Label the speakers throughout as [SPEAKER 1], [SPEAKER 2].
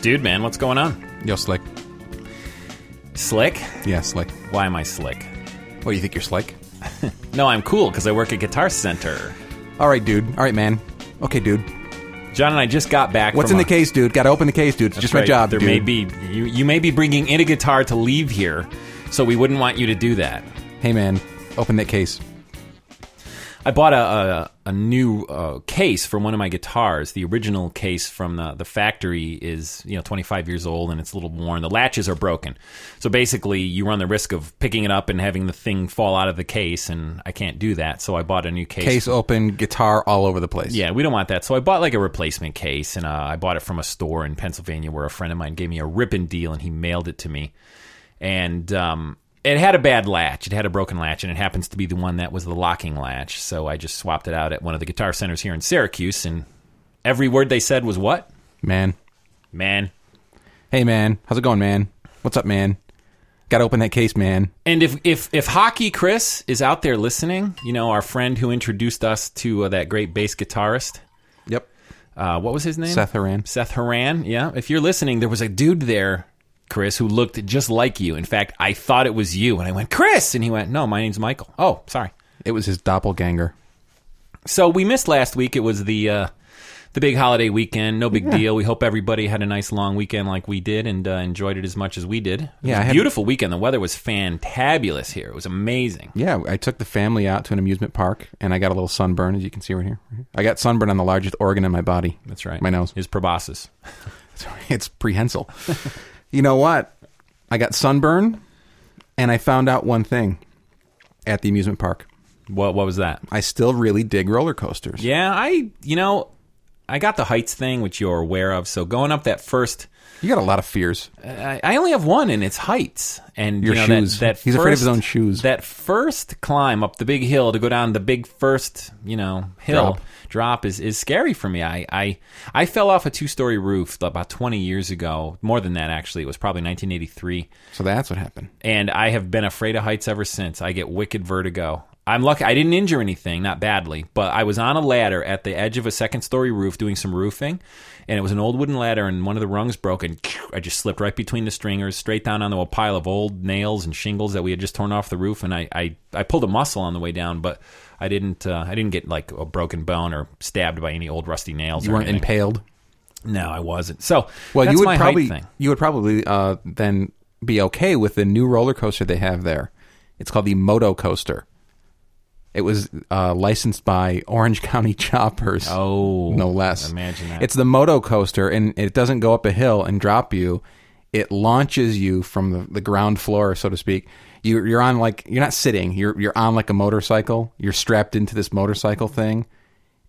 [SPEAKER 1] Dude, man, what's going on?
[SPEAKER 2] Yo, Slick.
[SPEAKER 1] Slick?
[SPEAKER 2] Yeah, Slick.
[SPEAKER 1] Why am I slick?
[SPEAKER 2] What, do you think you're Slick?
[SPEAKER 1] No, I'm cool because I work at Guitar Center.
[SPEAKER 2] All right, dude. All right, man. Okay, dude.
[SPEAKER 1] John and I just got back.
[SPEAKER 2] What's in
[SPEAKER 1] from
[SPEAKER 2] the
[SPEAKER 1] a-
[SPEAKER 2] case, dude? Gotta open the case, dude. It's just my
[SPEAKER 1] Right,
[SPEAKER 2] job,
[SPEAKER 1] There
[SPEAKER 2] dude.
[SPEAKER 1] may be you. You may be bringing in a guitar to leave here, so we wouldn't want you to do that.
[SPEAKER 2] Hey, man. Open that case.
[SPEAKER 1] I bought a a, a new uh, case for one of my guitars. The original case from the, the factory is you know 25 years old and it's a little worn. The latches are broken, so basically you run the risk of picking it up and having the thing fall out of the case, and I can't do that. So I bought a new case.
[SPEAKER 2] Case open, guitar all over the place.
[SPEAKER 1] Yeah, we don't want that. So I bought like a replacement case, and uh, I bought it from a store in Pennsylvania where a friend of mine gave me a ripping deal, and he mailed it to me. And um, it had a bad latch. It had a broken latch, and it happens to be the one that was the locking latch. So I just swapped it out at one of the guitar centers here in Syracuse, and every word they said was what?
[SPEAKER 2] Man.
[SPEAKER 1] Man.
[SPEAKER 2] Hey, man. How's it going, man? What's up, man? Gotta open that case, man.
[SPEAKER 1] And if, if if hockey Chris is out there listening, you know our friend who introduced us to uh, that great bass guitarist,
[SPEAKER 2] Yep.
[SPEAKER 1] uh, what was his name?
[SPEAKER 2] Seth Haran.
[SPEAKER 1] Seth Haran. Yeah. If you're listening, there was a dude there, Chris, who looked just like you. In fact, I thought it was you. And I went, Chris. And he went, No, my name's Michael. Oh, sorry.
[SPEAKER 2] It was his doppelganger.
[SPEAKER 1] So we missed last week. It was the. Uh, the big holiday weekend, no big deal. We hope everybody had a nice long weekend like we did and uh, enjoyed it as much as we did. It
[SPEAKER 2] Yeah, I
[SPEAKER 1] was a
[SPEAKER 2] had-
[SPEAKER 1] beautiful weekend. The weather was fantabulous here. It was amazing.
[SPEAKER 2] Yeah, I took the family out to an amusement park, and I got a little sunburn, as you can see right here. I got sunburn on the largest organ in my body.
[SPEAKER 1] That's right.
[SPEAKER 2] My nose.
[SPEAKER 1] His proboscis.
[SPEAKER 2] it's prehensile. you know what? I got sunburn, and I found out one thing at the amusement park.
[SPEAKER 1] What what was that?
[SPEAKER 2] I still really dig roller coasters.
[SPEAKER 1] Yeah, I you know, I got the heights thing which you're aware of. So going up that first
[SPEAKER 2] You got a lot of fears.
[SPEAKER 1] I, I only have one, and it's heights. And
[SPEAKER 2] Your
[SPEAKER 1] you know,
[SPEAKER 2] shoes.
[SPEAKER 1] That, that
[SPEAKER 2] He's
[SPEAKER 1] first,
[SPEAKER 2] afraid of his own shoes.
[SPEAKER 1] That first climb up the big hill to go down the big first, you know, hill
[SPEAKER 2] Drop.
[SPEAKER 1] drop, is, is scary for me. I, I I fell off a two story roof about twenty years ago. More than that, actually, it was probably nineteen eighty three
[SPEAKER 2] So that's what happened.
[SPEAKER 1] and I have been afraid of heights ever since. I get wicked vertigo. I'm lucky I didn't injure anything, not badly, but I was on a ladder at the edge of a second story roof doing some roofing, and it was an old wooden ladder, and one of the rungs broke, and I just slipped right between the stringers, straight down onto a pile of old nails and shingles that we had just torn off the roof, and I I, I pulled a muscle on the way down, but I didn't uh, I didn't get like a broken bone or stabbed by any old rusty nails.
[SPEAKER 2] You
[SPEAKER 1] or
[SPEAKER 2] weren't
[SPEAKER 1] anything.
[SPEAKER 2] impaled.
[SPEAKER 1] No, I wasn't. So
[SPEAKER 2] Well,
[SPEAKER 1] that's
[SPEAKER 2] you
[SPEAKER 1] my height
[SPEAKER 2] would probably
[SPEAKER 1] thing.
[SPEAKER 2] you would probably uh, then be okay with the new roller coaster they have there. It's called the Moto Coaster. It was uh, licensed by Orange County Choppers.
[SPEAKER 1] Oh,
[SPEAKER 2] no less.
[SPEAKER 1] imagine that.
[SPEAKER 2] It's the moto coaster, and it doesn't go up a hill and drop you. It launches you from the, the ground floor, so to speak. You, you're on like you're not sitting. You're you're on like a motorcycle. You're strapped into this motorcycle thing,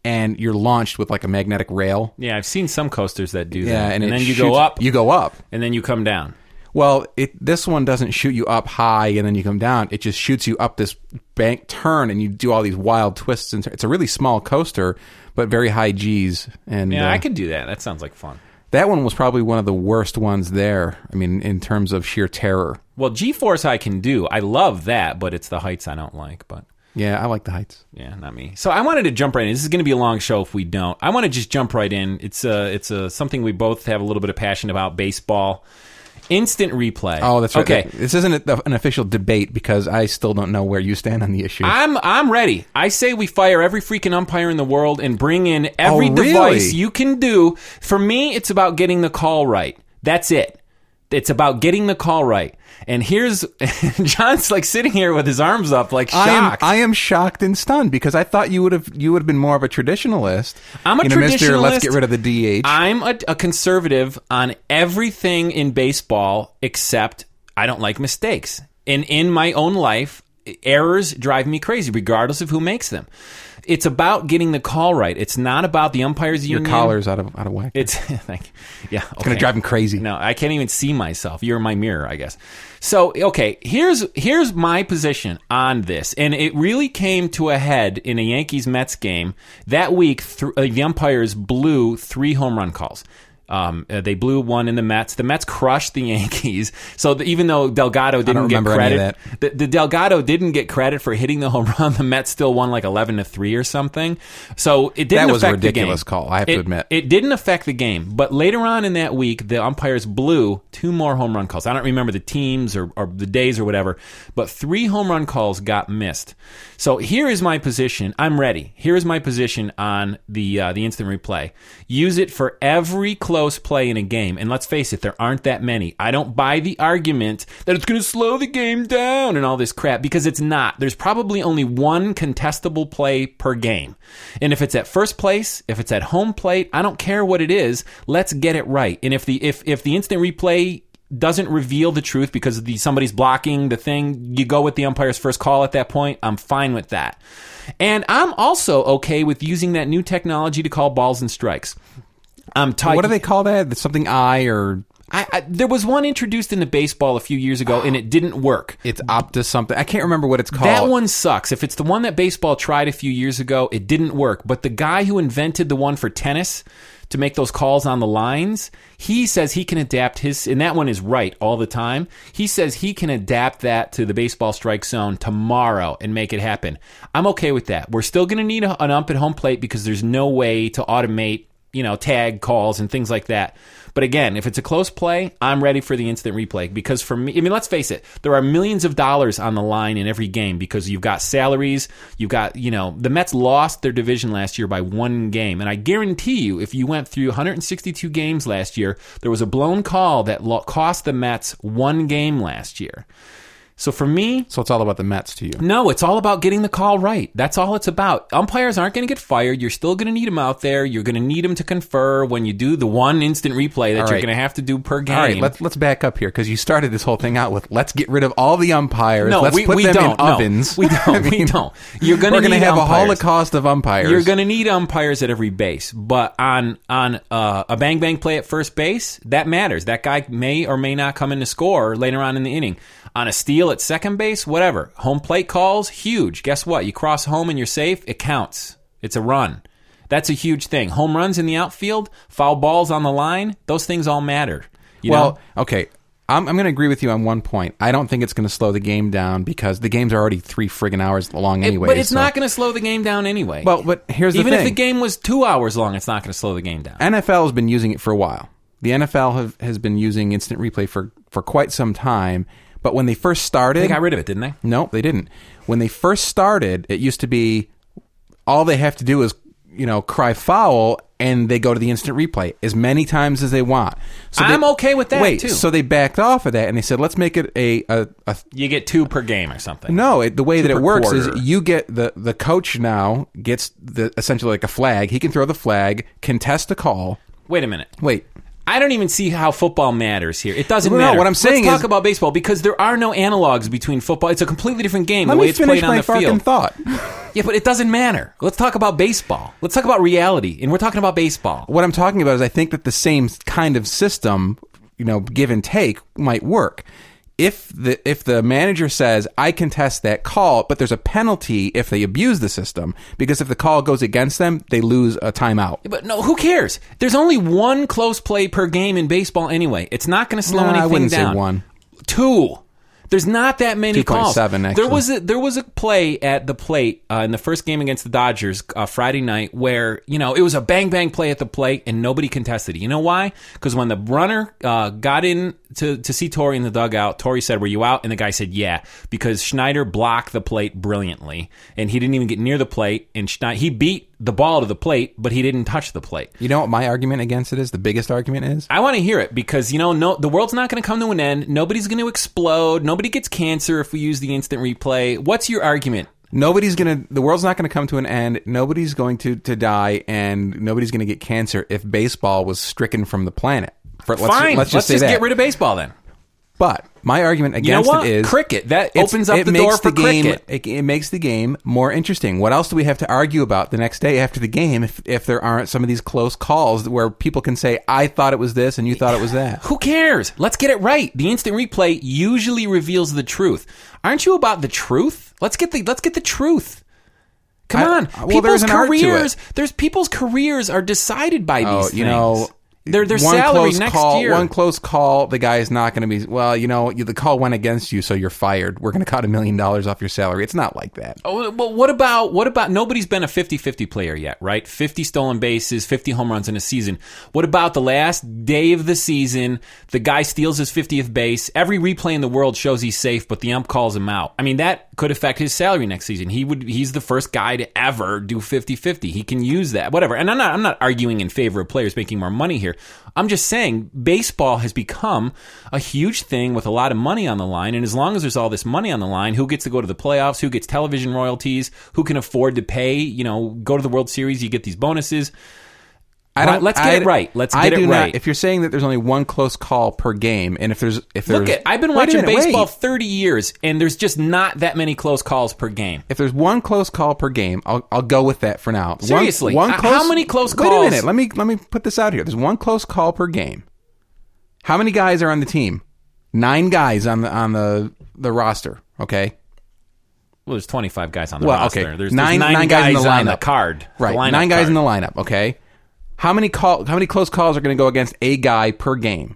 [SPEAKER 2] and you're launched with like a magnetic rail.
[SPEAKER 1] Yeah, I've seen some coasters that do
[SPEAKER 2] Yeah,
[SPEAKER 1] that. And,
[SPEAKER 2] and, it
[SPEAKER 1] then you go
[SPEAKER 2] shoots-
[SPEAKER 1] up,
[SPEAKER 2] You go up.
[SPEAKER 1] and then you come down.
[SPEAKER 2] Well, it this one doesn't shoot you up high and then you come down. It just shoots you up this bank turn and you do all these wild twists. And it's a really small coaster, but very high G's. And
[SPEAKER 1] Yeah,
[SPEAKER 2] uh,
[SPEAKER 1] I could do that. That sounds like fun.
[SPEAKER 2] That one was probably one of the worst ones there. I mean, in terms of sheer terror.
[SPEAKER 1] Well, G-force I can do. I love that, but it's the heights I don't like. But
[SPEAKER 2] Yeah, I like the heights.
[SPEAKER 1] yeah, not me. So I wanted to jump right in. This is going to be a long show if we don't. I want to just jump right in. It's a it's a something we both have a little bit of passion about. Baseball, instant replay.
[SPEAKER 2] Oh, that's right.
[SPEAKER 1] Okay,
[SPEAKER 2] This isn't a- an official debate because I still don't know where you stand on the issue.
[SPEAKER 1] I'm I'm ready. I say we fire every freaking umpire in the world and bring in every
[SPEAKER 2] Oh, really?
[SPEAKER 1] device you can do. For me, it's about getting the call right. That's it. It's about getting the call right. And here's John's like sitting here with his arms up, like
[SPEAKER 2] I am,
[SPEAKER 1] shocked.
[SPEAKER 2] I am shocked and stunned because I thought you would have you would have been more of a traditionalist.
[SPEAKER 1] I'm a
[SPEAKER 2] you know, Mister, let's
[SPEAKER 1] traditionalist.
[SPEAKER 2] get rid of the DH.
[SPEAKER 1] I'm a, a conservative on everything in baseball except I don't like mistakes. And in my own life, errors drive me crazy, regardless of who makes them. It's about getting the call right. It's not about the umpires
[SPEAKER 2] Your
[SPEAKER 1] union.
[SPEAKER 2] collar's out of out of whack.
[SPEAKER 1] It's thank you. yeah. It's
[SPEAKER 2] gonna drive him crazy.
[SPEAKER 1] No, I can't even see myself. You're my mirror, I guess. So okay, here's here's my position on this, and it really came to a head in a Yankees Mets game that week. Th- uh, the umpires blew three home run calls. Um, uh, they blew one in the Mets. The Mets crushed the Yankees. So the, even though Delgado didn't get
[SPEAKER 2] remember any of
[SPEAKER 1] credit, the, the Delgado didn't get credit for hitting the home run. The Mets still won like eleven to three or something. So it didn't.
[SPEAKER 2] That was a
[SPEAKER 1] affect the game.
[SPEAKER 2] ridiculous call, I have to
[SPEAKER 1] It-
[SPEAKER 2] admit.
[SPEAKER 1] it didn't affect the game, but later on in that week, the umpires blew two more home run calls. I don't remember the teams or, or the days or whatever, but three home run calls got missed. So here is my position. I'm ready. Here is my position on the uh, the instant replay. Use it for every close play in a game, and let's face it, there aren't that many. I don't buy the argument that it's going to slow the game down and all this crap because it's not. There's probably only one contestable play per game. And if it's at first place, if it's at home plate, I don't care what it is, let's get it right. And if the if if the instant replay doesn't reveal the truth because the somebody's blocking the thing, you go with the umpire's first call at that point. I'm fine with that. And I'm also okay with using that new technology to call balls and strikes. I'm tight.
[SPEAKER 2] what do they call that? Something I or
[SPEAKER 1] I, I, there was one introduced into baseball a few years ago, and it didn't work.
[SPEAKER 2] it's Opta something. I can't remember what it's called.
[SPEAKER 1] That one sucks. If it's the one that baseball tried a few years ago, it didn't work. But the guy who invented the one for tennis to make those calls on the lines, he says he can adapt his, and that one is right all the time. He says he can adapt that to the baseball strike zone tomorrow and make it happen. I'm okay with that. We're still going to need a, an ump at home plate because there's no way to automate you know, tag calls and things like that. But again, if it's a close play, I'm ready for the instant replay because for me, I mean, let's face it, there are millions of dollars on the line in every game because you've got salaries, you've got, you know, the Mets lost their division last year by one game. And I guarantee you, if you went through 162 games last year, there was a blown call that lo- cost the Mets one game last year. So for me,
[SPEAKER 2] So it's all about the Mets to you.
[SPEAKER 1] no, it's all about getting the call right. That's all it's about. Umpires aren't going to get fired. You're still going to need them out there. You're going to need them to confer when you do the one instant replay that
[SPEAKER 2] All
[SPEAKER 1] you're
[SPEAKER 2] right.
[SPEAKER 1] going to have to do per game.
[SPEAKER 2] All right, let's let's back up here because you started this whole thing out with let's get rid of all the umpires.
[SPEAKER 1] no,
[SPEAKER 2] let's
[SPEAKER 1] we,
[SPEAKER 2] put
[SPEAKER 1] we
[SPEAKER 2] them
[SPEAKER 1] don't.
[SPEAKER 2] in
[SPEAKER 1] No,
[SPEAKER 2] ovens.
[SPEAKER 1] we don't.
[SPEAKER 2] I
[SPEAKER 1] we
[SPEAKER 2] mean,
[SPEAKER 1] don't. You're going to
[SPEAKER 2] We're gonna have a
[SPEAKER 1] umpires.
[SPEAKER 2] holocaust of umpires.
[SPEAKER 1] You're going to need umpires at every base, but on on uh, a bang bang play at first base, that matters. That guy may or may not come in to score later on in the inning. On a steal at second base, whatever. Home plate calls, huge. Guess what? You cross home and you're safe. It counts. It's a run. That's a huge thing. Home runs in the outfield, foul balls on the line, those things all matter. You
[SPEAKER 2] well,
[SPEAKER 1] know?
[SPEAKER 2] okay. I'm, I'm going to agree with you on one point. I don't think it's going to slow the game down because the games are already three friggin' hours long anyway.
[SPEAKER 1] but it's
[SPEAKER 2] so-
[SPEAKER 1] not going to slow the game down anyway.
[SPEAKER 2] Well, but here's the
[SPEAKER 1] even if
[SPEAKER 2] thing.
[SPEAKER 1] the game was two hours long, it's not going to slow the game down.
[SPEAKER 2] NFL has been using it for a while. The NFL have, has been using instant replay for, for quite some time. But when they first started,
[SPEAKER 1] They got rid of it, didn't they?
[SPEAKER 2] No, they didn't. When they first started, it used to be all they have to do is, you know, cry foul and they go to the instant replay as many times as they want. So
[SPEAKER 1] I'm
[SPEAKER 2] they,
[SPEAKER 1] okay with that,
[SPEAKER 2] Wait,
[SPEAKER 1] too.
[SPEAKER 2] so they backed off of that and they said, let's make it a, a, a
[SPEAKER 1] You get two per game or something.
[SPEAKER 2] no, it, the way that
[SPEAKER 1] per
[SPEAKER 2] it works
[SPEAKER 1] quarter.
[SPEAKER 2] is you get the the coach now gets the essentially like a flag. He can throw the flag, contest a call.
[SPEAKER 1] Wait a minute.
[SPEAKER 2] Wait,
[SPEAKER 1] I don't even see how football matters here. It doesn't
[SPEAKER 2] No, no,
[SPEAKER 1] matter.
[SPEAKER 2] what I'm saying
[SPEAKER 1] Let's talk
[SPEAKER 2] is-
[SPEAKER 1] about baseball because there are no analogs between football. It's a completely different game.
[SPEAKER 2] let
[SPEAKER 1] the way
[SPEAKER 2] me
[SPEAKER 1] it's
[SPEAKER 2] finish
[SPEAKER 1] played
[SPEAKER 2] my
[SPEAKER 1] on the
[SPEAKER 2] fucking
[SPEAKER 1] field.
[SPEAKER 2] thought.
[SPEAKER 1] Yeah, but it doesn't matter. Let's talk about baseball. Let's talk about reality, and we're talking about baseball.
[SPEAKER 2] what I'm talking about is I think that the same kind of system, you know, give and take might work. If the if the manager says I contest that call, but there's a penalty if they abuse the system because if the call goes against them, they lose a timeout.
[SPEAKER 1] But no, who cares? There's only one close play per game in baseball anyway. It's not going to slow
[SPEAKER 2] Nah, I
[SPEAKER 1] anything
[SPEAKER 2] wouldn't say
[SPEAKER 1] down.
[SPEAKER 2] one.
[SPEAKER 1] Two. There's not that many calls.
[SPEAKER 2] 2.7 actually.
[SPEAKER 1] There was a, there was a play at the plate uh, in the first game against the Dodgers uh, Friday night where you know it was a bang bang play at the plate and nobody contested it. You know why? Because when the runner uh, got in to to see Tori in the dugout, Tori said, "Were you out?" And the guy said, "Yeah," because Schneider blocked the plate brilliantly and he didn't even get near the plate. And Schneider, he beat the ball to the plate, but he didn't touch the plate.
[SPEAKER 2] You know what my argument against it is? The biggest argument is
[SPEAKER 1] I want to hear it because you know, no, the world's not going to come to an end. Nobody's going to explode. Nobody gets cancer if we use the instant replay. What's your argument?
[SPEAKER 2] nobody's gonna the world's not gonna come to an end. Nobody's going to to die, and nobody's gonna get cancer if baseball was stricken from the planet. For- let's,
[SPEAKER 1] Fine,
[SPEAKER 2] let's just say that.
[SPEAKER 1] get rid of baseball then.
[SPEAKER 2] But my argument
[SPEAKER 1] You know
[SPEAKER 2] against
[SPEAKER 1] what?
[SPEAKER 2] it is
[SPEAKER 1] cricket. That
[SPEAKER 2] it's-
[SPEAKER 1] opens up
[SPEAKER 2] it
[SPEAKER 1] the door
[SPEAKER 2] makes
[SPEAKER 1] for
[SPEAKER 2] the game,
[SPEAKER 1] cricket.
[SPEAKER 2] It, it makes the game more interesting. What else do we have to argue about the next day after the game if, if there aren't some of these close calls where people can say, I thought it was this and you thought it was that?
[SPEAKER 1] Who cares? Let's get it right. The instant replay usually reveals the truth. Aren't you about the truth? Let's get the let's get the truth. Come
[SPEAKER 2] I-
[SPEAKER 1] on.
[SPEAKER 2] well,
[SPEAKER 1] people's
[SPEAKER 2] there's an art to it.
[SPEAKER 1] careers there's people's careers are decided by
[SPEAKER 2] Oh,
[SPEAKER 1] these
[SPEAKER 2] you
[SPEAKER 1] things.
[SPEAKER 2] know,
[SPEAKER 1] their their
[SPEAKER 2] one
[SPEAKER 1] salary
[SPEAKER 2] close
[SPEAKER 1] next
[SPEAKER 2] call,
[SPEAKER 1] year.
[SPEAKER 2] One close call, the guy's not going to be, well, you know, you, the call went against you, so you're fired. We're going to cut a million dollars off your salary. It's not like that.
[SPEAKER 1] Oh, well, what about what about nobody's been a 50-50 player yet, right? 50 stolen bases, 50 home runs in a season. What about the last day of the season, the guy steals his 50th base, every replay in the world shows he's safe, but the ump calls him out. I mean, that could affect his salary next season. He would he's the first guy to ever do 50-50. He can use that. Whatever. And I'm not I'm not arguing in favor of players making more money here. I'm just saying baseball has become a huge thing with a lot of money on the line. And as long as there's all this money on the line, who gets to go to the playoffs? Who gets television royalties? Who can afford to pay? You know, go to the World Series, you get these bonuses.
[SPEAKER 2] I
[SPEAKER 1] Right, let's get it right. Let's get
[SPEAKER 2] I
[SPEAKER 1] it
[SPEAKER 2] do not-
[SPEAKER 1] right.
[SPEAKER 2] if you're saying that there's only one close call per game, and if there's if there's
[SPEAKER 1] Look at I've been
[SPEAKER 2] Wait a
[SPEAKER 1] watching
[SPEAKER 2] minute, wait.
[SPEAKER 1] baseball 30 years, and there's just not that many close calls per game.
[SPEAKER 2] If there's one close call per game, I'll, I'll go with that for now. One-
[SPEAKER 1] Seriously,
[SPEAKER 2] one,
[SPEAKER 1] h-
[SPEAKER 2] close,
[SPEAKER 1] how many close
[SPEAKER 2] Wait
[SPEAKER 1] calls?
[SPEAKER 2] a minute. Let me let me put this out here. There's one close call per game. How many guys are on the team? Nine guys on the on the the roster. Okay,
[SPEAKER 1] Well, there's 25 guys on the
[SPEAKER 2] Well,
[SPEAKER 1] roster.
[SPEAKER 2] okay.
[SPEAKER 1] There's, there's
[SPEAKER 2] Nine-
[SPEAKER 1] nine,
[SPEAKER 2] nine guys
[SPEAKER 1] guys,
[SPEAKER 2] in the
[SPEAKER 1] on the
[SPEAKER 2] lineup.
[SPEAKER 1] card.
[SPEAKER 2] right.
[SPEAKER 1] The lineup
[SPEAKER 2] Nine guys
[SPEAKER 1] card.
[SPEAKER 2] in the lineup. Okay, how many call? How many close calls are going to go against a guy per game?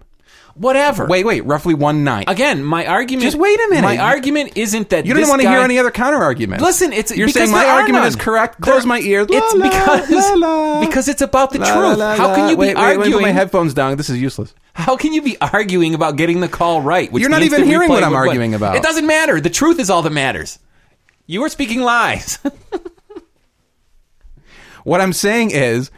[SPEAKER 1] Whatever.
[SPEAKER 2] Wait, wait. Roughly one nine.
[SPEAKER 1] Again, my argument.
[SPEAKER 2] Just wait a minute.
[SPEAKER 1] My argument isn't that
[SPEAKER 2] You don't
[SPEAKER 1] this
[SPEAKER 2] want to
[SPEAKER 1] guy-
[SPEAKER 2] hear any other counter arguments.
[SPEAKER 1] Listen, it's
[SPEAKER 2] you're
[SPEAKER 1] because
[SPEAKER 2] saying my
[SPEAKER 1] there are
[SPEAKER 2] argument is
[SPEAKER 1] none.
[SPEAKER 2] correct. Close
[SPEAKER 1] There-
[SPEAKER 2] my ears.
[SPEAKER 1] It's
[SPEAKER 2] La, la,
[SPEAKER 1] because
[SPEAKER 2] la, la.
[SPEAKER 1] because it's about the
[SPEAKER 2] La, la,
[SPEAKER 1] truth.
[SPEAKER 2] la,
[SPEAKER 1] How can
[SPEAKER 2] la.
[SPEAKER 1] you be
[SPEAKER 2] Wait, wait, wait,
[SPEAKER 1] arguing?
[SPEAKER 2] put my headphones down. This is useless.
[SPEAKER 1] How can you be arguing about getting the call right? which
[SPEAKER 2] You're not
[SPEAKER 1] means
[SPEAKER 2] even
[SPEAKER 1] that
[SPEAKER 2] hearing
[SPEAKER 1] replay
[SPEAKER 2] what I'm
[SPEAKER 1] would-
[SPEAKER 2] arguing about.
[SPEAKER 1] It doesn't matter. The truth is all that matters. You are speaking lies.
[SPEAKER 2] What I'm saying is,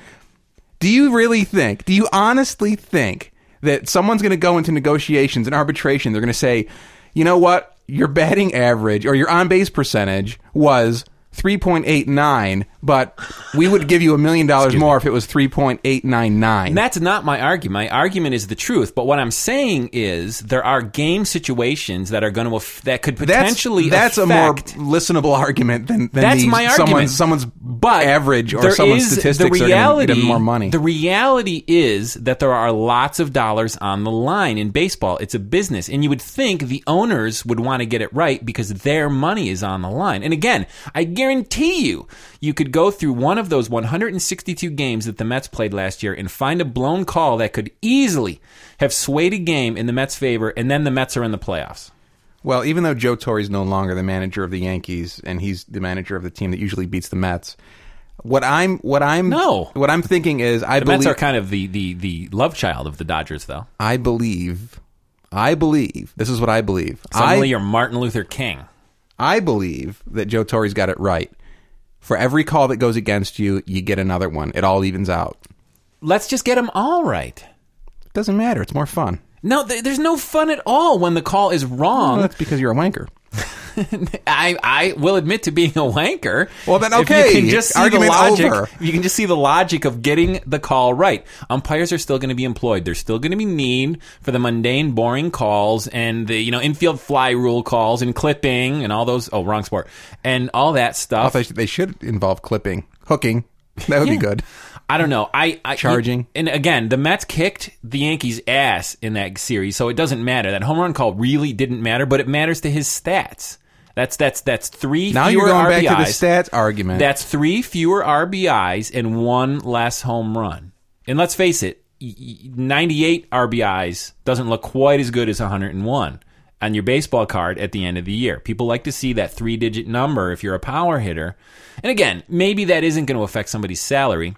[SPEAKER 2] do you really think, do you honestly think that someone's going to go into negotiations and arbitration? They're going to say, you know what? Your batting average or your on base percentage was 3.89, but we would give you a million dollars more if it was 3.899.
[SPEAKER 1] That's not my argument. My argument is the truth. But what I'm saying is there are game situations that are going to aff- that could
[SPEAKER 2] that's
[SPEAKER 1] potentially
[SPEAKER 2] that's a more
[SPEAKER 1] affect
[SPEAKER 2] listenable argument than, than
[SPEAKER 1] That's
[SPEAKER 2] the-
[SPEAKER 1] my argument.
[SPEAKER 2] someone's someone's
[SPEAKER 1] but
[SPEAKER 2] average or
[SPEAKER 1] there
[SPEAKER 2] someone's
[SPEAKER 1] is-
[SPEAKER 2] statistics
[SPEAKER 1] the reality,
[SPEAKER 2] are going to more money.
[SPEAKER 1] The reality is that there are lots of dollars on the line in baseball. It's a business, and you would think the owners would want to get it right because their money is on the line. And again, I guarantee you, you could go through one of those 162 games that the Mets played last year and find a blown call that could easily have swayed a game in the Mets' favor, and then the Mets are in the playoffs.
[SPEAKER 2] Well, even though Joe Torre's no longer the manager of the Yankees and he's the manager of the team that usually beats the Mets, what I'm what I'm
[SPEAKER 1] No.
[SPEAKER 2] what I'm thinking is I
[SPEAKER 1] The
[SPEAKER 2] believe
[SPEAKER 1] Mets are kind of the, the, the love child of the Dodgers, though.
[SPEAKER 2] I believe I believe this is what I believe.
[SPEAKER 1] Suddenly,
[SPEAKER 2] I
[SPEAKER 1] you're Martin Luther King.
[SPEAKER 2] I believe that Joe Torre's got it right. For every call that goes against you, you get another one. It all evens out.
[SPEAKER 1] let's just get them all right.
[SPEAKER 2] It doesn't matter. It's more fun.
[SPEAKER 1] No, th- there's no fun at all when the call is
[SPEAKER 2] Well,
[SPEAKER 1] wrong.
[SPEAKER 2] that's because you're a wanker.
[SPEAKER 1] I, I will admit to being a wanker.
[SPEAKER 2] Well, then,
[SPEAKER 1] If
[SPEAKER 2] okay,
[SPEAKER 1] you can just see
[SPEAKER 2] argument's
[SPEAKER 1] the logic.
[SPEAKER 2] over.
[SPEAKER 1] You can just see the logic of getting the call right. Umpires are still going to be employed. There's still going to be need for the mundane, boring calls and the you know infield fly rule calls and clipping and all those. Oh, wrong sport and all that
[SPEAKER 2] I
[SPEAKER 1] stuff.
[SPEAKER 2] thought they should involve clipping, hooking. That would be good.
[SPEAKER 1] I don't know. I, I
[SPEAKER 2] Charging.
[SPEAKER 1] and again, the Mets kicked the Yankees' ass in that series, so it doesn't matter. That home run call really didn't matter, but it matters to his stats. That's that's that's three.
[SPEAKER 2] Now
[SPEAKER 1] fewer
[SPEAKER 2] you're going
[SPEAKER 1] RBIs.
[SPEAKER 2] back to the stats argument.
[SPEAKER 1] That's three fewer RBIs and one less home run. And let's face it, y- y- 98 RBIs doesn't look quite as good as 101 on your baseball card at the end of the year. People like to see that three digit number if you're a power hitter. And again, maybe that isn't going to affect somebody's salary.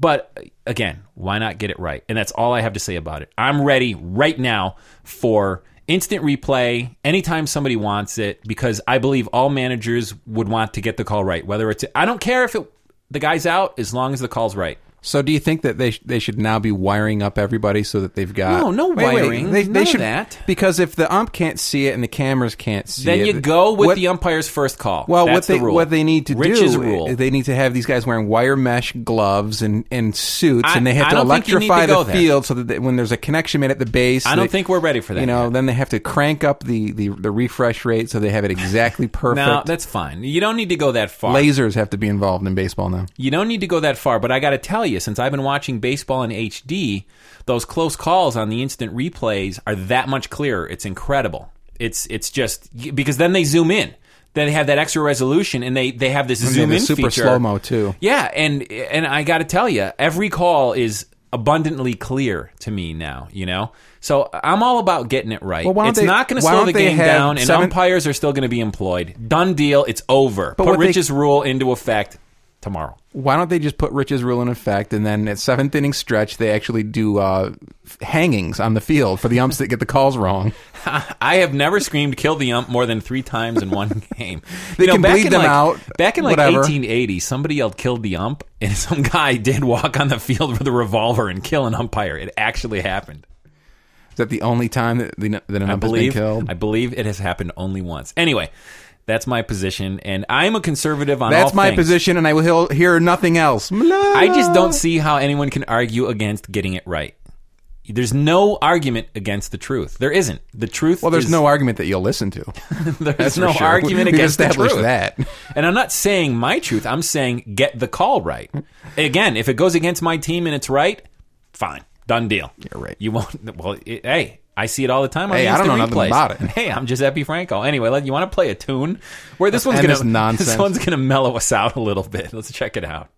[SPEAKER 1] But uh, again, why not get it right? And that's all I have to say about it. I'm ready right now for instant replay anytime somebody wants it because I believe all managers would want to get the call right. Whether it's I don't care if it, the guy's out as long as the call's right.
[SPEAKER 2] So do you think that they sh- they should now be wiring up everybody so that they've got
[SPEAKER 1] No, no wiring.
[SPEAKER 2] They,
[SPEAKER 1] None
[SPEAKER 2] they
[SPEAKER 1] of
[SPEAKER 2] should
[SPEAKER 1] that.
[SPEAKER 2] because if the ump can't see it and the cameras can't see
[SPEAKER 1] Then
[SPEAKER 2] it,
[SPEAKER 1] you go with
[SPEAKER 2] what-
[SPEAKER 1] the umpire's first call.
[SPEAKER 2] Well,
[SPEAKER 1] That's
[SPEAKER 2] what they
[SPEAKER 1] the rule.
[SPEAKER 2] what they need to do
[SPEAKER 1] Rich's rule.
[SPEAKER 2] is they need to have these guys wearing wire mesh gloves and, and suits,
[SPEAKER 1] I-
[SPEAKER 2] and they have
[SPEAKER 1] I
[SPEAKER 2] to
[SPEAKER 1] don't think you need to
[SPEAKER 2] electrify
[SPEAKER 1] go
[SPEAKER 2] the
[SPEAKER 1] there.
[SPEAKER 2] field so that they, when there's a connection made at the base,
[SPEAKER 1] I don't
[SPEAKER 2] they-
[SPEAKER 1] think we're ready for that
[SPEAKER 2] You know,
[SPEAKER 1] yet.
[SPEAKER 2] then they have to crank up the, the, the refresh rate so they have it exactly perfect.
[SPEAKER 1] no, that's fine. You don't need to go that far.
[SPEAKER 2] Lasers have to be involved in baseball now.
[SPEAKER 1] You don't need to go that far, but I got to tell you, since I've been watching baseball in HD, those close calls on the instant replays are that much clearer. It's incredible. It's it's just because then they zoom in, then they have that extra resolution, and they they have this
[SPEAKER 2] And they have
[SPEAKER 1] zoom
[SPEAKER 2] the
[SPEAKER 1] in
[SPEAKER 2] super
[SPEAKER 1] feature.
[SPEAKER 2] slow mo too.
[SPEAKER 1] Yeah, and and I got to tell you, every call is abundantly clear to me now. You know, so I'm all about getting it right.
[SPEAKER 2] Well, why don't
[SPEAKER 1] it's
[SPEAKER 2] they-
[SPEAKER 1] not going to
[SPEAKER 2] why
[SPEAKER 1] slow
[SPEAKER 2] don't
[SPEAKER 1] the
[SPEAKER 2] they
[SPEAKER 1] game
[SPEAKER 2] have
[SPEAKER 1] down, and
[SPEAKER 2] seven-
[SPEAKER 1] umpires are still going to be employed. Done deal. It's over. Put
[SPEAKER 2] what they-
[SPEAKER 1] Rich's rule into effect tomorrow.
[SPEAKER 2] Why don't they just put Rich's rule in effect, and then at seventh inning stretch, they actually do uh, f- hangings on the field for the umps that get the calls wrong.
[SPEAKER 1] I have never screamed "kill the ump" more than three times in one game.
[SPEAKER 2] They can
[SPEAKER 1] back
[SPEAKER 2] bleed
[SPEAKER 1] in
[SPEAKER 2] them
[SPEAKER 1] like,
[SPEAKER 2] out,
[SPEAKER 1] Back in like
[SPEAKER 2] whatever.
[SPEAKER 1] 1880, somebody yelled "kill the ump," and some guy did walk on the field with a revolver and kill an umpire. It actually happened.
[SPEAKER 2] Is that the only time that, the, that an
[SPEAKER 1] I
[SPEAKER 2] ump has been
[SPEAKER 1] believe.
[SPEAKER 2] killed?
[SPEAKER 1] I believe it has happened only once. Anyway, that's my position, and I'm a conservative on
[SPEAKER 2] That's
[SPEAKER 1] all
[SPEAKER 2] my
[SPEAKER 1] things.
[SPEAKER 2] position, and I will he'll hear nothing else.
[SPEAKER 1] I just don't see how anyone can argue against getting it right. There's no argument against the truth. There isn't. The truth.
[SPEAKER 2] Well, there's
[SPEAKER 1] is,
[SPEAKER 2] no argument that you'll listen to.
[SPEAKER 1] There's
[SPEAKER 2] That's
[SPEAKER 1] no
[SPEAKER 2] for sure.
[SPEAKER 1] argument
[SPEAKER 2] We've
[SPEAKER 1] against the
[SPEAKER 2] established
[SPEAKER 1] truth.
[SPEAKER 2] that.
[SPEAKER 1] And I'm not saying my truth. I'm saying get the call right. Again, if it goes against my team and it's right, fine, done deal. You're
[SPEAKER 2] right.
[SPEAKER 1] You won't. Well, it, hey, I see it all the time. On
[SPEAKER 2] Hey,
[SPEAKER 1] the
[SPEAKER 2] I don't
[SPEAKER 1] instant
[SPEAKER 2] know nothing
[SPEAKER 1] replays.
[SPEAKER 2] about it.
[SPEAKER 1] Hey, I'm Giuseppe Franco. Anyway, let, you want to play a tune? Where this one's
[SPEAKER 2] end
[SPEAKER 1] gonna
[SPEAKER 2] this nonsense.
[SPEAKER 1] this one's gonna mellow us out a little bit. Let's check it out.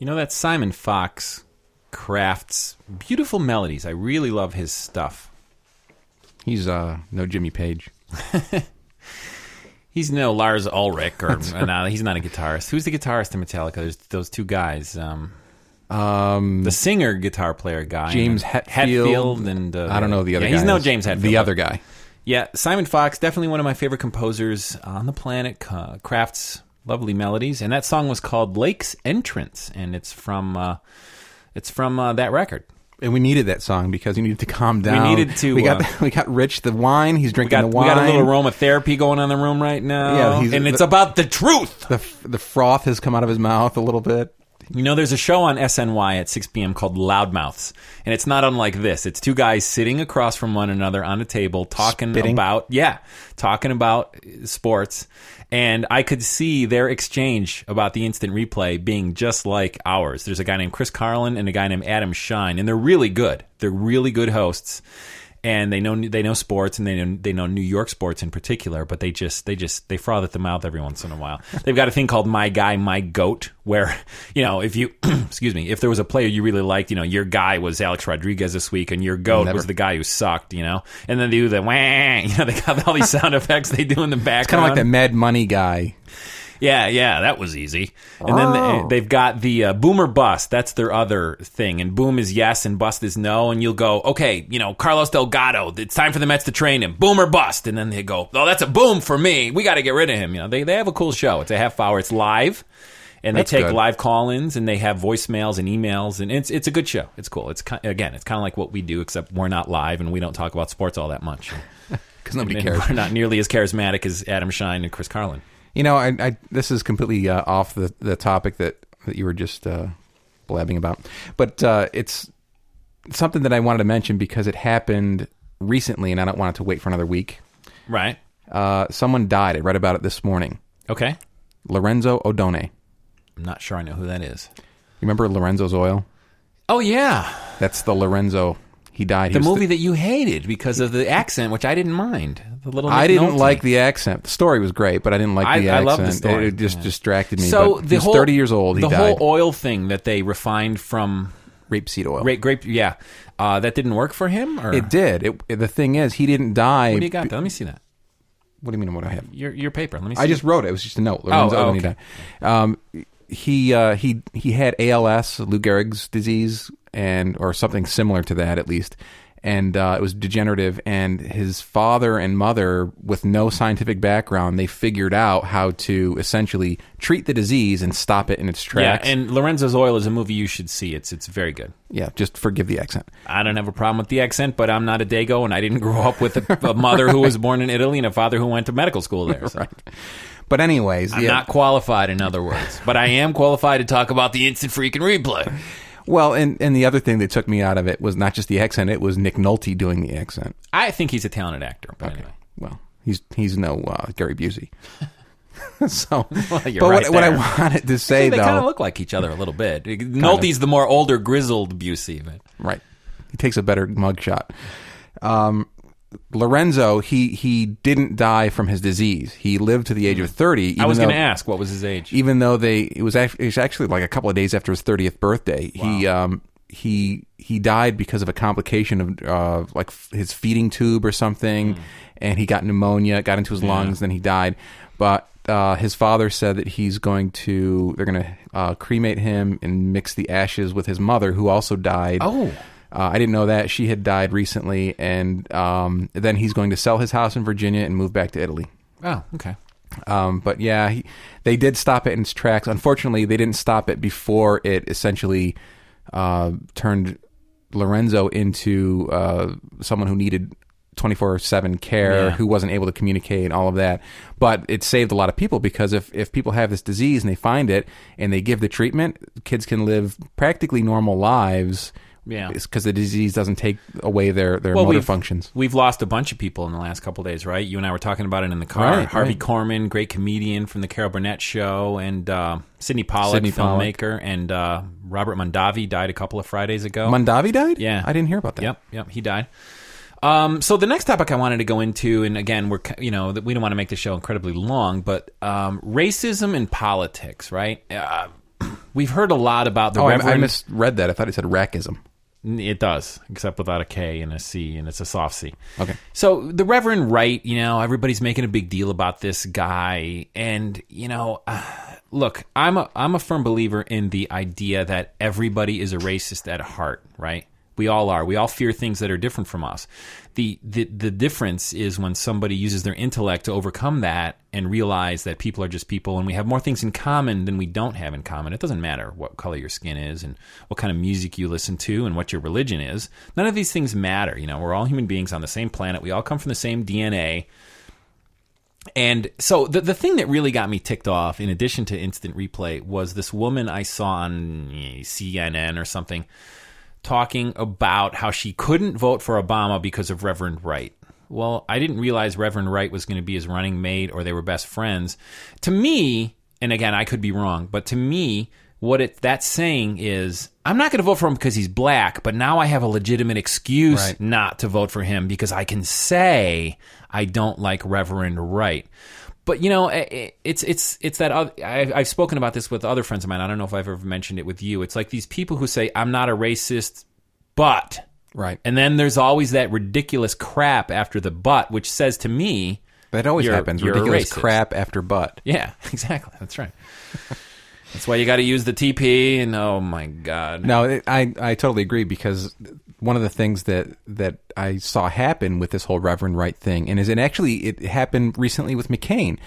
[SPEAKER 1] that Simon Fox crafts beautiful melodies. I really love his stuff.
[SPEAKER 2] He's uh, no Jimmy Page.
[SPEAKER 1] He's no Lars Ulrich, or uh, no, he's not a guitarist. Who's the guitarist in Metallica? There's those two guys, um, um, the singer guitar player guy,
[SPEAKER 2] James
[SPEAKER 1] and
[SPEAKER 2] Hetfield.
[SPEAKER 1] Hetfield, and uh,
[SPEAKER 2] I don't know the other.
[SPEAKER 1] Yeah,
[SPEAKER 2] guy
[SPEAKER 1] he's no
[SPEAKER 2] is.
[SPEAKER 1] James Hetfield.
[SPEAKER 2] The other guy.
[SPEAKER 1] Yeah, Simon Fox, definitely one of my favorite composers on the planet, uh, crafts lovely melodies, and that song was called "Lake's Entrance," and it's from uh, it's from uh, that record.
[SPEAKER 2] And we needed that song because we needed to calm down.
[SPEAKER 1] needed to,
[SPEAKER 2] We got
[SPEAKER 1] uh,
[SPEAKER 2] we got Rich the wine. He's
[SPEAKER 1] We
[SPEAKER 2] drinking
[SPEAKER 1] got
[SPEAKER 2] the
[SPEAKER 1] we
[SPEAKER 2] wine.
[SPEAKER 1] got a little aromatherapy going on in the room right now,
[SPEAKER 2] Yeah, he's-
[SPEAKER 1] and it's
[SPEAKER 2] the-
[SPEAKER 1] about the truth.
[SPEAKER 2] the f- the froth has come out of his mouth a little bit.
[SPEAKER 1] You know, there's a show on SNY at 6 p.m. called Loudmouths, and it's not unlike this. It's two guys sitting across from one another on a table talking
[SPEAKER 2] Spitting.
[SPEAKER 1] about, yeah, talking about uh, sports. And I could see their exchange about the instant replay being just like ours. There's a guy named Chris Carlin and a guy named Adam Shine, and they're really good. They're really good hosts. And they know they know sports, and they know, they know New York sports in particular. But they just they just they froth at the mouth every once in a while. They've got a thing called "My Guy, My Goat," where you know if you excuse me if there was a player you really liked, you know your guy was Alex Rodriguez this week, and your goat was the guy who sucked, you know. And then they do the wah, you know they got all these sound effects they do in the background,
[SPEAKER 2] Kind of like that Mad Money guy.
[SPEAKER 1] yeah, yeah, that was easy. And then
[SPEAKER 2] Oh.
[SPEAKER 1] they, they've got the uh, boomer bust. That's their other thing. And boom is yes, and bust is no. And you'll go, okay, you know, Carlos Delgado. It's time for the Mets to train him. Boomer bust. And then they go, oh, that's a boom for me. We got to get rid of him. You know, they they have a cool show. It's a half hour. It's live. And they
[SPEAKER 2] That's
[SPEAKER 1] take
[SPEAKER 2] good.
[SPEAKER 1] live call-ins, and they have voicemails and emails, and it's it's a good show. It's cool. It's ki- again, it's kind of like what we do, except we're not live, and we don't talk about sports all that much.
[SPEAKER 2] Because nobody
[SPEAKER 1] And
[SPEAKER 2] cares.
[SPEAKER 1] We're not nearly as charismatic as Adam Shine and Chris Carlin.
[SPEAKER 2] You know, I, I this is completely uh, off the, the topic that, that you were just uh, blabbing about, but uh, it's something that I wanted to mention because it happened recently, and I don't want it to wait for another week.
[SPEAKER 1] Right?
[SPEAKER 2] Uh, someone died. I read about it this morning.
[SPEAKER 1] Okay.
[SPEAKER 2] Lorenzo Odone.
[SPEAKER 1] I'm not sure I know who that is.
[SPEAKER 2] Remember Lorenzo's Oil?
[SPEAKER 1] Oh yeah,
[SPEAKER 2] That's the Lorenzo. He died.
[SPEAKER 1] the
[SPEAKER 2] He was
[SPEAKER 1] movie that you hated because of the accent, which I didn't mind. The little
[SPEAKER 2] I
[SPEAKER 1] Nick
[SPEAKER 2] didn't
[SPEAKER 1] Nolte.
[SPEAKER 2] like the accent. The story was great, but I didn't like
[SPEAKER 1] I-
[SPEAKER 2] the
[SPEAKER 1] I
[SPEAKER 2] accent.
[SPEAKER 1] love the story,
[SPEAKER 2] It, it just
[SPEAKER 1] yeah.
[SPEAKER 2] distracted me.
[SPEAKER 1] So
[SPEAKER 2] but
[SPEAKER 1] the
[SPEAKER 2] he was
[SPEAKER 1] whole
[SPEAKER 2] thirty years old. He
[SPEAKER 1] the
[SPEAKER 2] died.
[SPEAKER 1] whole oil thing that they refined from
[SPEAKER 2] rapeseed oil.
[SPEAKER 1] grape, grape yeah, uh, that didn't work for him. Or
[SPEAKER 2] It did. It, the thing is, he didn't die.
[SPEAKER 1] What do you got? there? Let me see that.
[SPEAKER 2] What do you mean? What do I have?
[SPEAKER 1] Your your paper. Let me. see
[SPEAKER 2] I just wrote it. It was just a note. Lorenzo
[SPEAKER 1] oh,
[SPEAKER 2] Odom, he
[SPEAKER 1] okay.
[SPEAKER 2] died. Um, he uh, he he had ALS, Lou Gehrig's disease, and or something similar to that at least, and uh, it was degenerative. And his father and mother, with no scientific background, they figured out how to essentially treat the disease and stop it in its
[SPEAKER 1] yeah.
[SPEAKER 2] tracks.
[SPEAKER 1] And Lorenzo's Oil is a movie you should see. It's it's very good.
[SPEAKER 2] yeah, just forgive the accent.
[SPEAKER 1] I don't have a problem with the accent, but I'm not a Dago, and I didn't grow up with a, a mother who was born in Italy and a father who went to medical school there. So.
[SPEAKER 2] But anyways,
[SPEAKER 1] I'm
[SPEAKER 2] yeah.
[SPEAKER 1] not qualified, in other words, but I am qualified to talk about the instant freaking replay.
[SPEAKER 2] well, and and the other thing that took me out of it was not just the accent; it was Nick Nolte doing the accent.
[SPEAKER 1] I think he's a talented actor. But anyway.
[SPEAKER 2] well, he's he's no uh, Gary Busey. so,
[SPEAKER 1] you're
[SPEAKER 2] but
[SPEAKER 1] right
[SPEAKER 2] what, what I
[SPEAKER 1] there.
[SPEAKER 2] wanted to say
[SPEAKER 1] they kind
[SPEAKER 2] though,
[SPEAKER 1] of look like each other a little bit. Nolte's the more older, grizzled Busey. But
[SPEAKER 2] right? He takes a better mugshot. Um, Lorenzo, he he didn't die from his disease. He lived to the age of thirty. Even
[SPEAKER 1] Mm. I was
[SPEAKER 2] though,
[SPEAKER 1] going to ask, what was his age?
[SPEAKER 2] even though they it was, act- it was actually like a couple of days after his 30th birthday he um he he died because of a complication of uh, like f- his feeding tube or something and he got pneumonia got into his lungs then he died but uh, his father said that he's going to they're going to uh, cremate him and mix the ashes with his mother who also died
[SPEAKER 1] Oh.
[SPEAKER 2] uh, I didn't know that she had died recently, and um, then he's going to sell his house in Virginia and move back to Italy.
[SPEAKER 1] Oh, okay.
[SPEAKER 2] Um, but yeah, he, they did stop it in its tracks. Unfortunately, they didn't stop it before it essentially uh, turned Lorenzo into uh, someone who needed 24 7 care,
[SPEAKER 1] Yeah.
[SPEAKER 2] who wasn't able to communicate, and all of that. But it saved a lot of people because if, if people have this disease and they find it and they give the treatment, kids can live practically normal lives.
[SPEAKER 1] Yeah.
[SPEAKER 2] Because the disease doesn't take away their, their
[SPEAKER 1] Well,
[SPEAKER 2] motor
[SPEAKER 1] we've-
[SPEAKER 2] functions.
[SPEAKER 1] We've lost a bunch of people in the last couple days, right? You and I were talking about it in the car.
[SPEAKER 2] Right,
[SPEAKER 1] Harvey
[SPEAKER 2] right.
[SPEAKER 1] Korman, great comedian from the Carol Burnett Show, and uh, Sidney Pollack,
[SPEAKER 2] Sidney Pollack.
[SPEAKER 1] filmmaker, and uh, Robert Mondavi died a couple of Fridays ago.
[SPEAKER 2] Mondavi died?
[SPEAKER 1] Yeah.
[SPEAKER 2] I didn't hear about that.
[SPEAKER 1] Yep, yep, he died. Um, so the next topic I wanted to go into, and again, we're ki- you know that we don't want to make the show incredibly long, but um, racism and politics, right? Uh, We've heard a lot about the
[SPEAKER 2] Oh, I,
[SPEAKER 1] Reverend.
[SPEAKER 2] I misread that. I thought it said rackism.
[SPEAKER 1] It does, except without a K and a C, and it's a soft C.
[SPEAKER 2] Okay.
[SPEAKER 1] So the Reverend Wright, you know, everybody's making a big deal about this guy, and you know, uh, look, I'm a I'm a firm believer in the idea that everybody is a racist at heart, right? We all are. We all fear things that are different from us. The, the the difference is when somebody uses their intellect to overcome that and realize that people are just people and we have more things in common than we don't have in common. It doesn't matter what color your skin is and what kind of music you listen to and what your religion is. None of these things matter, you know. We're all human beings on the same planet. We all come from the same DNA. And so the the thing that really got me ticked off, in addition to instant replay, was this woman I saw on eh, CNN or something talking about how she couldn't vote for Obama because of Reverend Wright. Well, I didn't realize Reverend Wright was going to be his running mate or they were best friends. To me, and again, I could be wrong, but to me, what it, that's saying is I'm not going to vote for him because he's black, but now I have a legitimate excuse
[SPEAKER 2] Right.
[SPEAKER 1] not to vote for him because I can say I don't like Reverend Wright. But you know, i- i- it's it's it's that oth- I've, I've spoken about this with other friends of mine. I don't know if I've ever mentioned it with you. It's like these people who say I'm not a racist, but
[SPEAKER 2] Right.
[SPEAKER 1] and then there's always that ridiculous crap after the but, which says to me,
[SPEAKER 2] That always
[SPEAKER 1] You're-
[SPEAKER 2] happens.
[SPEAKER 1] you're a
[SPEAKER 2] Ridiculous
[SPEAKER 1] racist.
[SPEAKER 2] crap after butt.
[SPEAKER 1] yeah, exactly, that's right. that's why you got to use the TP. And oh my god,
[SPEAKER 2] No, it, I I totally agree because one of the things that that I saw happen with this whole Reverend Wright thing, and is it actually it happened recently with McCain.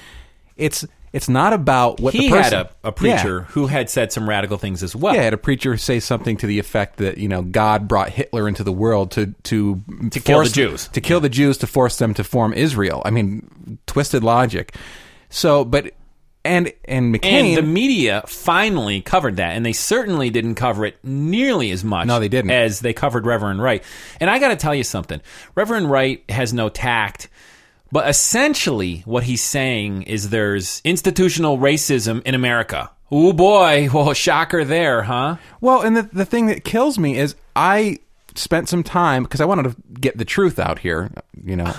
[SPEAKER 2] It's it's not about what
[SPEAKER 1] he
[SPEAKER 2] the person,
[SPEAKER 1] had a, a preacher
[SPEAKER 2] Yeah.
[SPEAKER 1] who had said some radical things as well.
[SPEAKER 2] Yeah, had a preacher say something to the effect that you know God brought Hitler into the world to to to
[SPEAKER 1] kill the Jews.
[SPEAKER 2] to kill the Jews to force them to form Israel. I mean, twisted logic. So, but and and McCain
[SPEAKER 1] And the media finally covered that, and they certainly didn't cover it nearly as much.
[SPEAKER 2] No, they didn't.
[SPEAKER 1] As they covered Reverend Wright. And I got to tell you something Reverend Wright has no tact, but essentially what he's saying is there's institutional racism in America. Oh boy, well, shocker there, huh?
[SPEAKER 2] Well, and the, the thing that kills me is I spent some time because I wanted to get the truth out here. You know,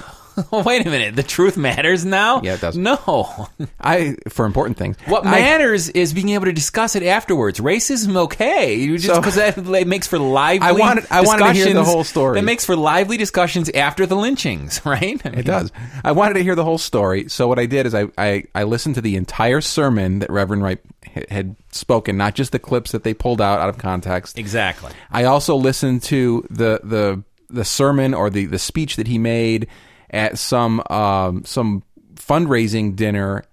[SPEAKER 1] Wait a minute, the truth matters now?
[SPEAKER 2] Yeah, it does.
[SPEAKER 1] No.
[SPEAKER 2] I for important things.
[SPEAKER 1] What
[SPEAKER 2] I-
[SPEAKER 1] matters is being able to discuss it afterwards. Racism, okay, you just
[SPEAKER 2] So-
[SPEAKER 1] because that like, makes for lively.
[SPEAKER 2] I wanted- I wanted to hear the
[SPEAKER 1] discussions-
[SPEAKER 2] whole story.
[SPEAKER 1] That makes for lively discussions after the lynchings, right? I mean,
[SPEAKER 2] It does. I wanted to hear the whole story, so what I did is I, I, I listened to the entire sermon that Reverend Wright h- had spoken, not just the clips that they pulled out out of context.
[SPEAKER 1] Exactly.
[SPEAKER 2] I also listened to the the the sermon or the the speech that he made at some um, some fundraising dinner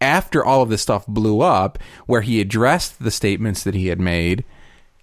[SPEAKER 2] after all of this stuff blew up, where he addressed the statements that he had made.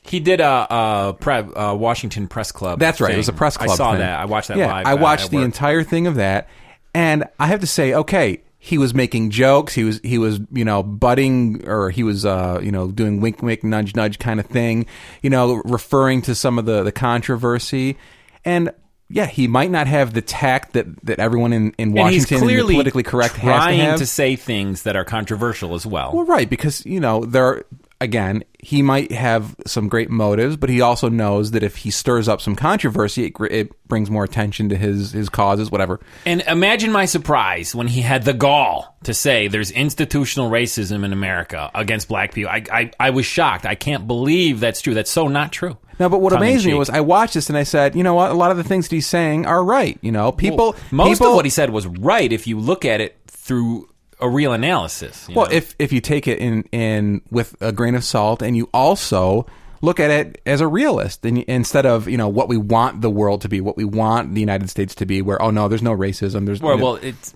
[SPEAKER 1] He did a, a pre, uh Washington Press Club.
[SPEAKER 2] That's right.
[SPEAKER 1] thing.
[SPEAKER 2] It was a press club.
[SPEAKER 1] I saw
[SPEAKER 2] thing.
[SPEAKER 1] that. I watched that
[SPEAKER 2] Yeah,
[SPEAKER 1] live. Uh,
[SPEAKER 2] I
[SPEAKER 1] at-
[SPEAKER 2] watched
[SPEAKER 1] at
[SPEAKER 2] the
[SPEAKER 1] work.
[SPEAKER 2] entire thing of that, and I have to say, okay, he was making jokes. He was he was you know butting or he was uh, you know doing wink wink nudge nudge kind of thing, you know referring to some of the the controversy, and yeah, he might not have the tact that that everyone in in
[SPEAKER 1] And he's
[SPEAKER 2] Washington and the
[SPEAKER 1] clearly
[SPEAKER 2] politically correct has
[SPEAKER 1] trying
[SPEAKER 2] to have.
[SPEAKER 1] say things that are controversial as well.
[SPEAKER 2] Well, right, because you know there. Are, again, he might have some great motives, but he also knows that if he stirs up some controversy, it, gr- it brings more attention to his his causes, whatever.
[SPEAKER 1] And imagine my surprise when he had the gall to say there's institutional racism in America against black people. I, I, I was shocked. I can't believe that's true. That's so not true.
[SPEAKER 2] No, but what
[SPEAKER 1] Tongue in
[SPEAKER 2] amazed me
[SPEAKER 1] cheek.
[SPEAKER 2] was I watched this and I said, you know what? A lot of the things that he's saying are right. You know, people.
[SPEAKER 1] Most
[SPEAKER 2] people,
[SPEAKER 1] of what he said was right if you look at it through a real analysis. you
[SPEAKER 2] Well,
[SPEAKER 1] know?
[SPEAKER 2] if if you take it in in with a grain of salt, and you also look at it as a realist, and you- instead of you know what we want the world to be, what we want the United States to be, where oh no, there's no racism, there's
[SPEAKER 1] well, well, it's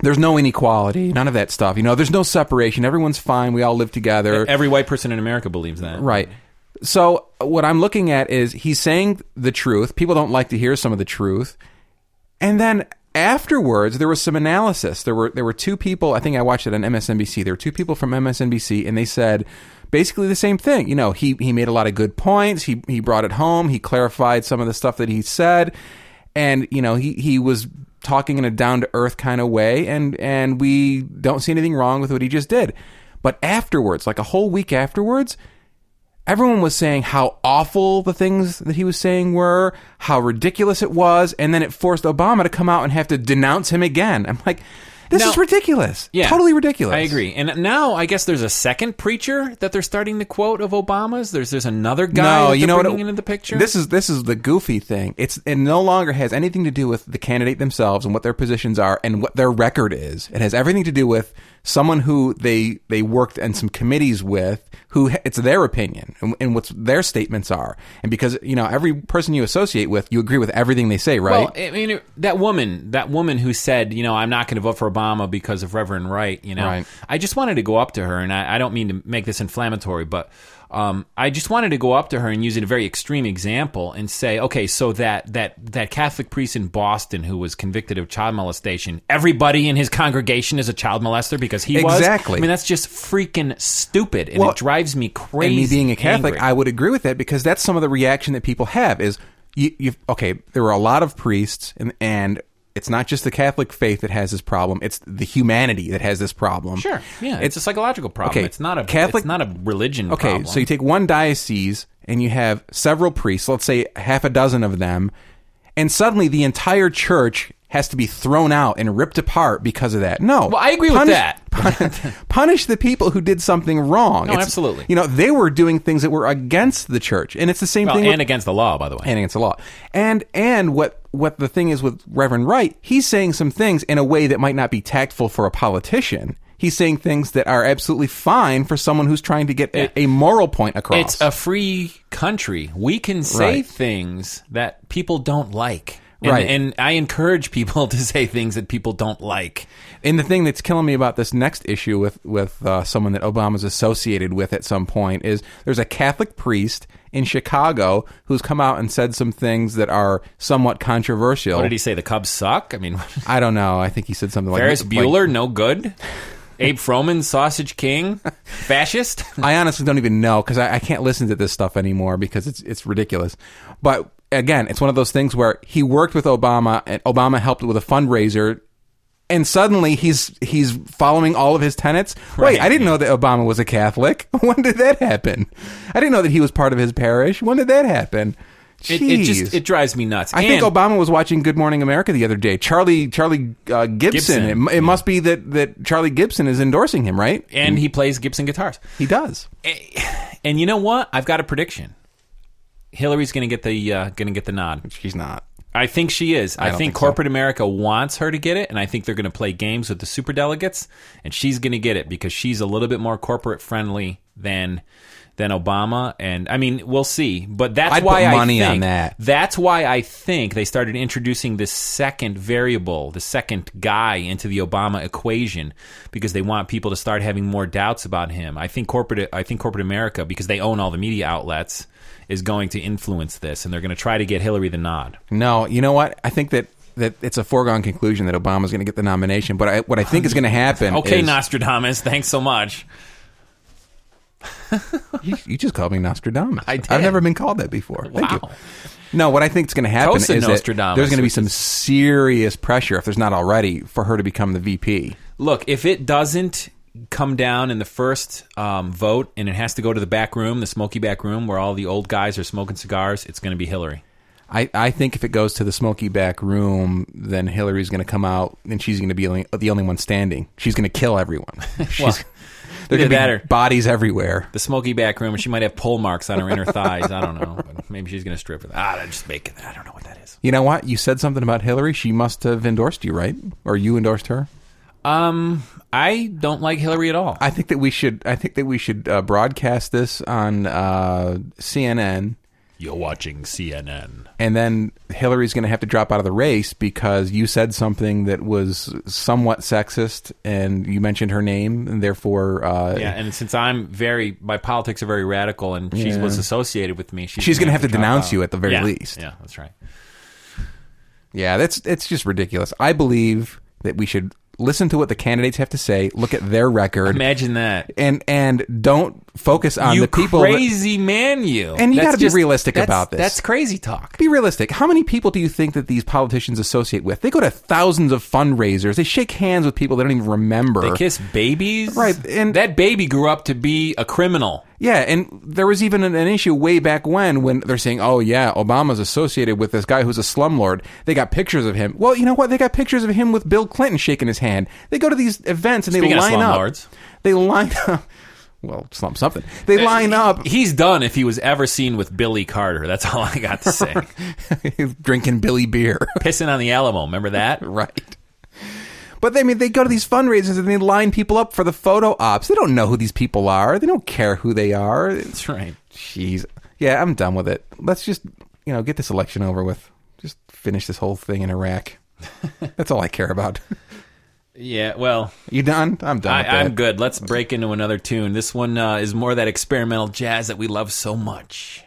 [SPEAKER 2] there's no inequality, none of that stuff. You know, there's no separation. Everyone's fine. We all live together.
[SPEAKER 1] every white person in America believes that.
[SPEAKER 2] Right. So what I'm looking at is he's saying the truth. People don't like to hear some of the truth. And then afterwards there was some analysis. There were there were two people, I think I watched it on MSNBC. There were two people from MSNBC and they said basically the same thing. You know, he he made a lot of good points. He he brought it home. He clarified some of the stuff that he said. And you know, he he was talking in a down to earth kind of way and and we don't see anything wrong with what he just did. But afterwards, like a whole week afterwards, everyone was saying how awful the things that he was saying were, how ridiculous it was, and then it forced Obama to come out and have to denounce him again. I'm like, This
[SPEAKER 1] Now-
[SPEAKER 2] is ridiculous.
[SPEAKER 1] Yeah.
[SPEAKER 2] Totally ridiculous.
[SPEAKER 1] I agree. And now I guess there's a second preacher that they're starting to quote of Obama's. There's there's another guy
[SPEAKER 2] No,
[SPEAKER 1] that
[SPEAKER 2] you
[SPEAKER 1] they're
[SPEAKER 2] know what?
[SPEAKER 1] bringing into the picture.
[SPEAKER 2] This is this is the goofy thing. It's it no longer has anything to do with the candidate themselves and what their positions are and what their record is. It has everything to do with someone who they they worked in some committees with who ha- it's their opinion and, and what their statements are. And because you know every person you associate with, you agree with everything they say, right?
[SPEAKER 1] well, Oh, I mean it- that woman, that woman who said, you know, I'm not going to vote for Obama because of Reverend Wright. You know,
[SPEAKER 2] Right.
[SPEAKER 1] I just wanted to go up to her, and I, I don't mean to make this inflammatory, but um, I just wanted to go up to her and use a very extreme example and say, okay, so that that that Catholic priest in Boston who was convicted of child molestation, everybody in his congregation is a child molester because he was
[SPEAKER 2] Exactly.
[SPEAKER 1] I mean, that's just freaking stupid, and
[SPEAKER 2] Well,
[SPEAKER 1] it drives me crazy.
[SPEAKER 2] and me being a Catholic,
[SPEAKER 1] angry.
[SPEAKER 2] I would agree with that because that's some of the reaction that people have is you, you okay, there were a lot of priests and and it's not just the Catholic faith that has this problem, it's the humanity that has this problem.
[SPEAKER 1] sure, yeah, it's, a psychological problem.
[SPEAKER 2] okay,
[SPEAKER 1] it's not a
[SPEAKER 2] Catholic-
[SPEAKER 1] It's not a religion.
[SPEAKER 2] Okay,
[SPEAKER 1] problem.
[SPEAKER 2] so you take one diocese and you have several priests, let's say half a dozen of them, and suddenly the entire church has to be thrown out and ripped apart because of that. No.
[SPEAKER 1] Well, I agree with that.
[SPEAKER 2] pun- punish the people who did something wrong.
[SPEAKER 1] No, absolutely.
[SPEAKER 2] You know, they were doing things that were against the church. And it's the same
[SPEAKER 1] Well,
[SPEAKER 2] thing
[SPEAKER 1] and
[SPEAKER 2] with,
[SPEAKER 1] against the law, by the way.
[SPEAKER 2] and against the law. And and what what the thing is with Reverend Wright, he's saying some things in a way that might not be tactful for a politician. He's saying things that are absolutely fine for someone who's trying to get
[SPEAKER 1] Yeah.
[SPEAKER 2] a, a moral point across.
[SPEAKER 1] it's a free country. We can say
[SPEAKER 2] Right.
[SPEAKER 1] things that people don't like. And,
[SPEAKER 2] Right.
[SPEAKER 1] and I encourage people to say things that people don't like.
[SPEAKER 2] And the thing that's killing me about this next issue with with uh, someone that Obama's associated with at some point is there's a Catholic priest in Chicago who's come out and said some things that are somewhat controversial.
[SPEAKER 1] What did he say? The Cubs suck? I mean,
[SPEAKER 2] I don't know. I think he said something
[SPEAKER 1] Ferris
[SPEAKER 2] like
[SPEAKER 1] Bueller, no good. Abe Froman, sausage king, fascist.
[SPEAKER 2] I honestly don't even know because I, I can't listen to this stuff anymore because it's it's ridiculous. But again, it's one of those things where he worked with Obama and Obama helped with a fundraiser, and suddenly he's he's following all of his tenets. Wait, I didn't know that Obama was a Catholic. When did that happen? I didn't know that he was part of his parish. When did that happen?
[SPEAKER 1] It, it
[SPEAKER 2] Jeez.
[SPEAKER 1] just it drives me nuts.
[SPEAKER 2] I think
[SPEAKER 1] And-
[SPEAKER 2] Obama was watching Good Morning America the other day. Charlie Charlie uh, Gibson.
[SPEAKER 1] Gibson,
[SPEAKER 2] It, mu- it must be that that Charlie Gibson is endorsing him, right?
[SPEAKER 1] and he plays Gibson guitars.
[SPEAKER 2] He does.
[SPEAKER 1] And you know what? I've got a prediction. Hillary's going to get the uh, going to get the nod.
[SPEAKER 2] She's not.
[SPEAKER 1] I think she is. I,
[SPEAKER 2] don't
[SPEAKER 1] think,
[SPEAKER 2] think so.
[SPEAKER 1] corporate America wants her to get it, and I think they're going to play games with the superdelegates, and she's going to get it because she's a little bit more corporate friendly than than Obama. And I mean, we'll see. But that's
[SPEAKER 2] I'd
[SPEAKER 1] why
[SPEAKER 2] put
[SPEAKER 1] I
[SPEAKER 2] money on
[SPEAKER 1] think,
[SPEAKER 2] that.
[SPEAKER 1] That's why I think they started introducing this second variable, the second guy into the Obama equation, because they want people to start having more doubts about him. I think corporate, I think corporate America, because they own all the media outlets, is going to influence this, and they're going to try to get Hillary the nod.
[SPEAKER 2] No, you know what? I think that that it's a foregone conclusion that Obama's going to get the nomination. But I, what I think is going to happen.
[SPEAKER 1] Okay,
[SPEAKER 2] is,
[SPEAKER 1] Nostradamus, thanks so much.
[SPEAKER 2] you, you just called me Nostradamus.
[SPEAKER 1] I did.
[SPEAKER 2] I've never been called that before. Thank you.
[SPEAKER 1] Wow.
[SPEAKER 2] No, what I think is going to happen
[SPEAKER 1] Cosa
[SPEAKER 2] is that
[SPEAKER 1] Nostradamus,
[SPEAKER 2] there's going to be
[SPEAKER 1] which
[SPEAKER 2] some serious pressure, if there's not already, for her to become the VP.
[SPEAKER 1] Look, if it doesn't come down in the first um, vote and it has to go to the back room, the smoky back room where all the old guys are smoking cigars, it's going to be Hillary.
[SPEAKER 2] I, I think if it goes to the smoky back room, then Hillary's going to come out and she's going to be the only, the only one standing. She's going to kill everyone. She's,
[SPEAKER 1] either
[SPEAKER 2] there could be
[SPEAKER 1] that or-
[SPEAKER 2] bodies everywhere.
[SPEAKER 1] The smoky back room, she might have pole marks on her inner thighs. I don't know. But maybe she's going to strip for that. Ah, I'm just making that. I don't know what that is.
[SPEAKER 2] You know what? You said something about Hillary. She must have endorsed you, right? Or you endorsed her?
[SPEAKER 1] Um, I don't like Hillary at all.
[SPEAKER 2] I think that we should. I think that we should uh, broadcast this on uh, CNN,
[SPEAKER 1] You're watching CNN.
[SPEAKER 2] and then Hillary's going to have to drop out of the race because you said something that was somewhat sexist, and you mentioned her name, and therefore, uh,
[SPEAKER 1] Yeah, and since I'm very, my politics are very radical, and she
[SPEAKER 2] Yeah.
[SPEAKER 1] was associated with me, she's,
[SPEAKER 2] she's going to
[SPEAKER 1] gonna
[SPEAKER 2] have to
[SPEAKER 1] drop
[SPEAKER 2] denounce
[SPEAKER 1] out.
[SPEAKER 2] you at the very
[SPEAKER 1] Yeah,
[SPEAKER 2] least.
[SPEAKER 1] Yeah, that's right.
[SPEAKER 2] Yeah, that's it's just ridiculous. I believe that we should listen to what the candidates have to say, look at their record,
[SPEAKER 1] Imagine that.
[SPEAKER 2] and and don't focus on
[SPEAKER 1] you
[SPEAKER 2] the people. that-
[SPEAKER 1] crazy man, you.
[SPEAKER 2] And you
[SPEAKER 1] That's
[SPEAKER 2] gotta be
[SPEAKER 1] just-
[SPEAKER 2] realistic
[SPEAKER 1] that's-
[SPEAKER 2] about this.
[SPEAKER 1] That's crazy talk.
[SPEAKER 2] be realistic. How many people do you think that these politicians associate with? They go to thousands of fundraisers. They shake hands with people they don't even remember.
[SPEAKER 1] They kiss babies,
[SPEAKER 2] Right, and-
[SPEAKER 1] that baby grew up to be a criminal.
[SPEAKER 2] Yeah, and there was even an, an issue way back when when they're saying, "Oh yeah, Obama's associated with this guy who's a slumlord." They got pictures of him. Well, you know what? They got pictures of him with Bill Clinton shaking his hand. They go to these events and
[SPEAKER 3] Speaking
[SPEAKER 2] they
[SPEAKER 3] of
[SPEAKER 2] line up.
[SPEAKER 3] slumlords.
[SPEAKER 2] They line up. Well, slump something. They line up
[SPEAKER 3] He's done if he was ever seen with Billy Carter. That's all I got to say.
[SPEAKER 2] drinking Billy beer.
[SPEAKER 3] Pissing on the Alamo. Remember that?
[SPEAKER 2] right. But they, I mean, they go to these fundraisers and they line people up for the photo ops. They don't know who these people are. They don't care who they are.
[SPEAKER 3] That's right.
[SPEAKER 2] Jeez. Yeah, I'm done with it. Let's just, you know, get this election over with. Just finish this whole thing in Iraq. That's all I care about.
[SPEAKER 3] Yeah, well,
[SPEAKER 2] You done? I'm done. with
[SPEAKER 3] I, I'm
[SPEAKER 2] that.
[SPEAKER 3] good. Let's break into another tune. This one uh, is more that experimental jazz that we love so much.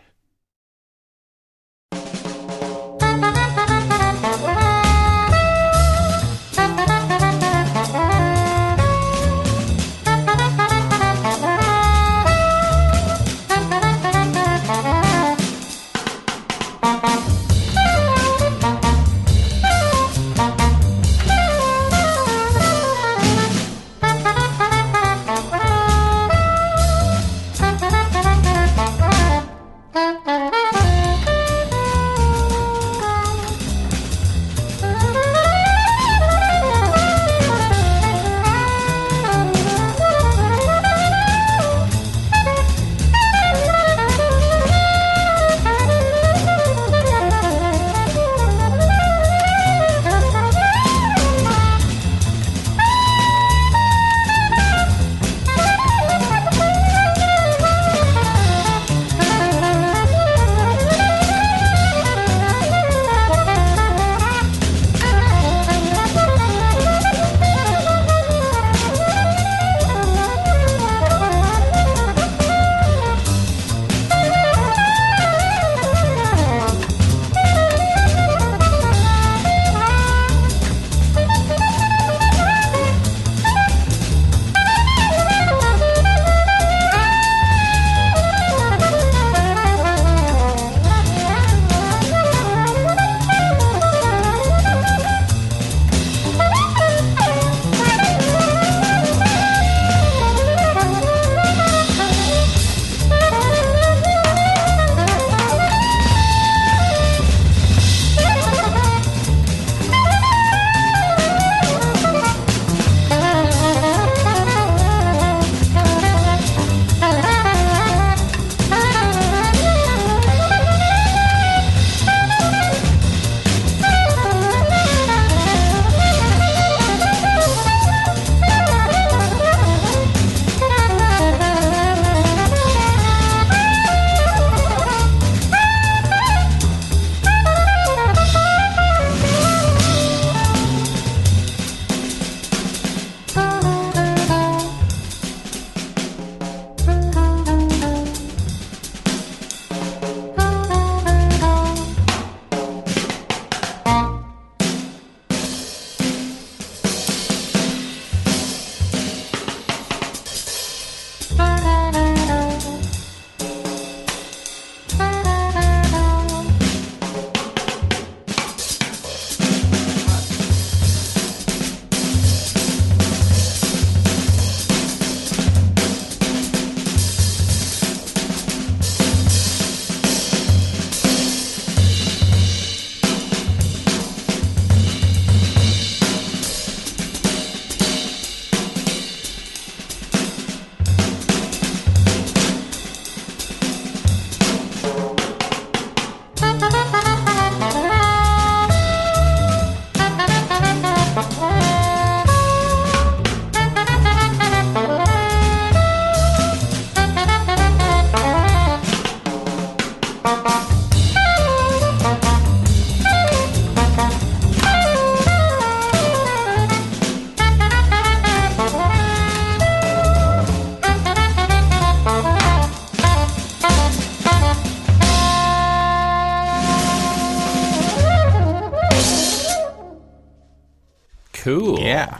[SPEAKER 3] Cool.
[SPEAKER 2] Yeah.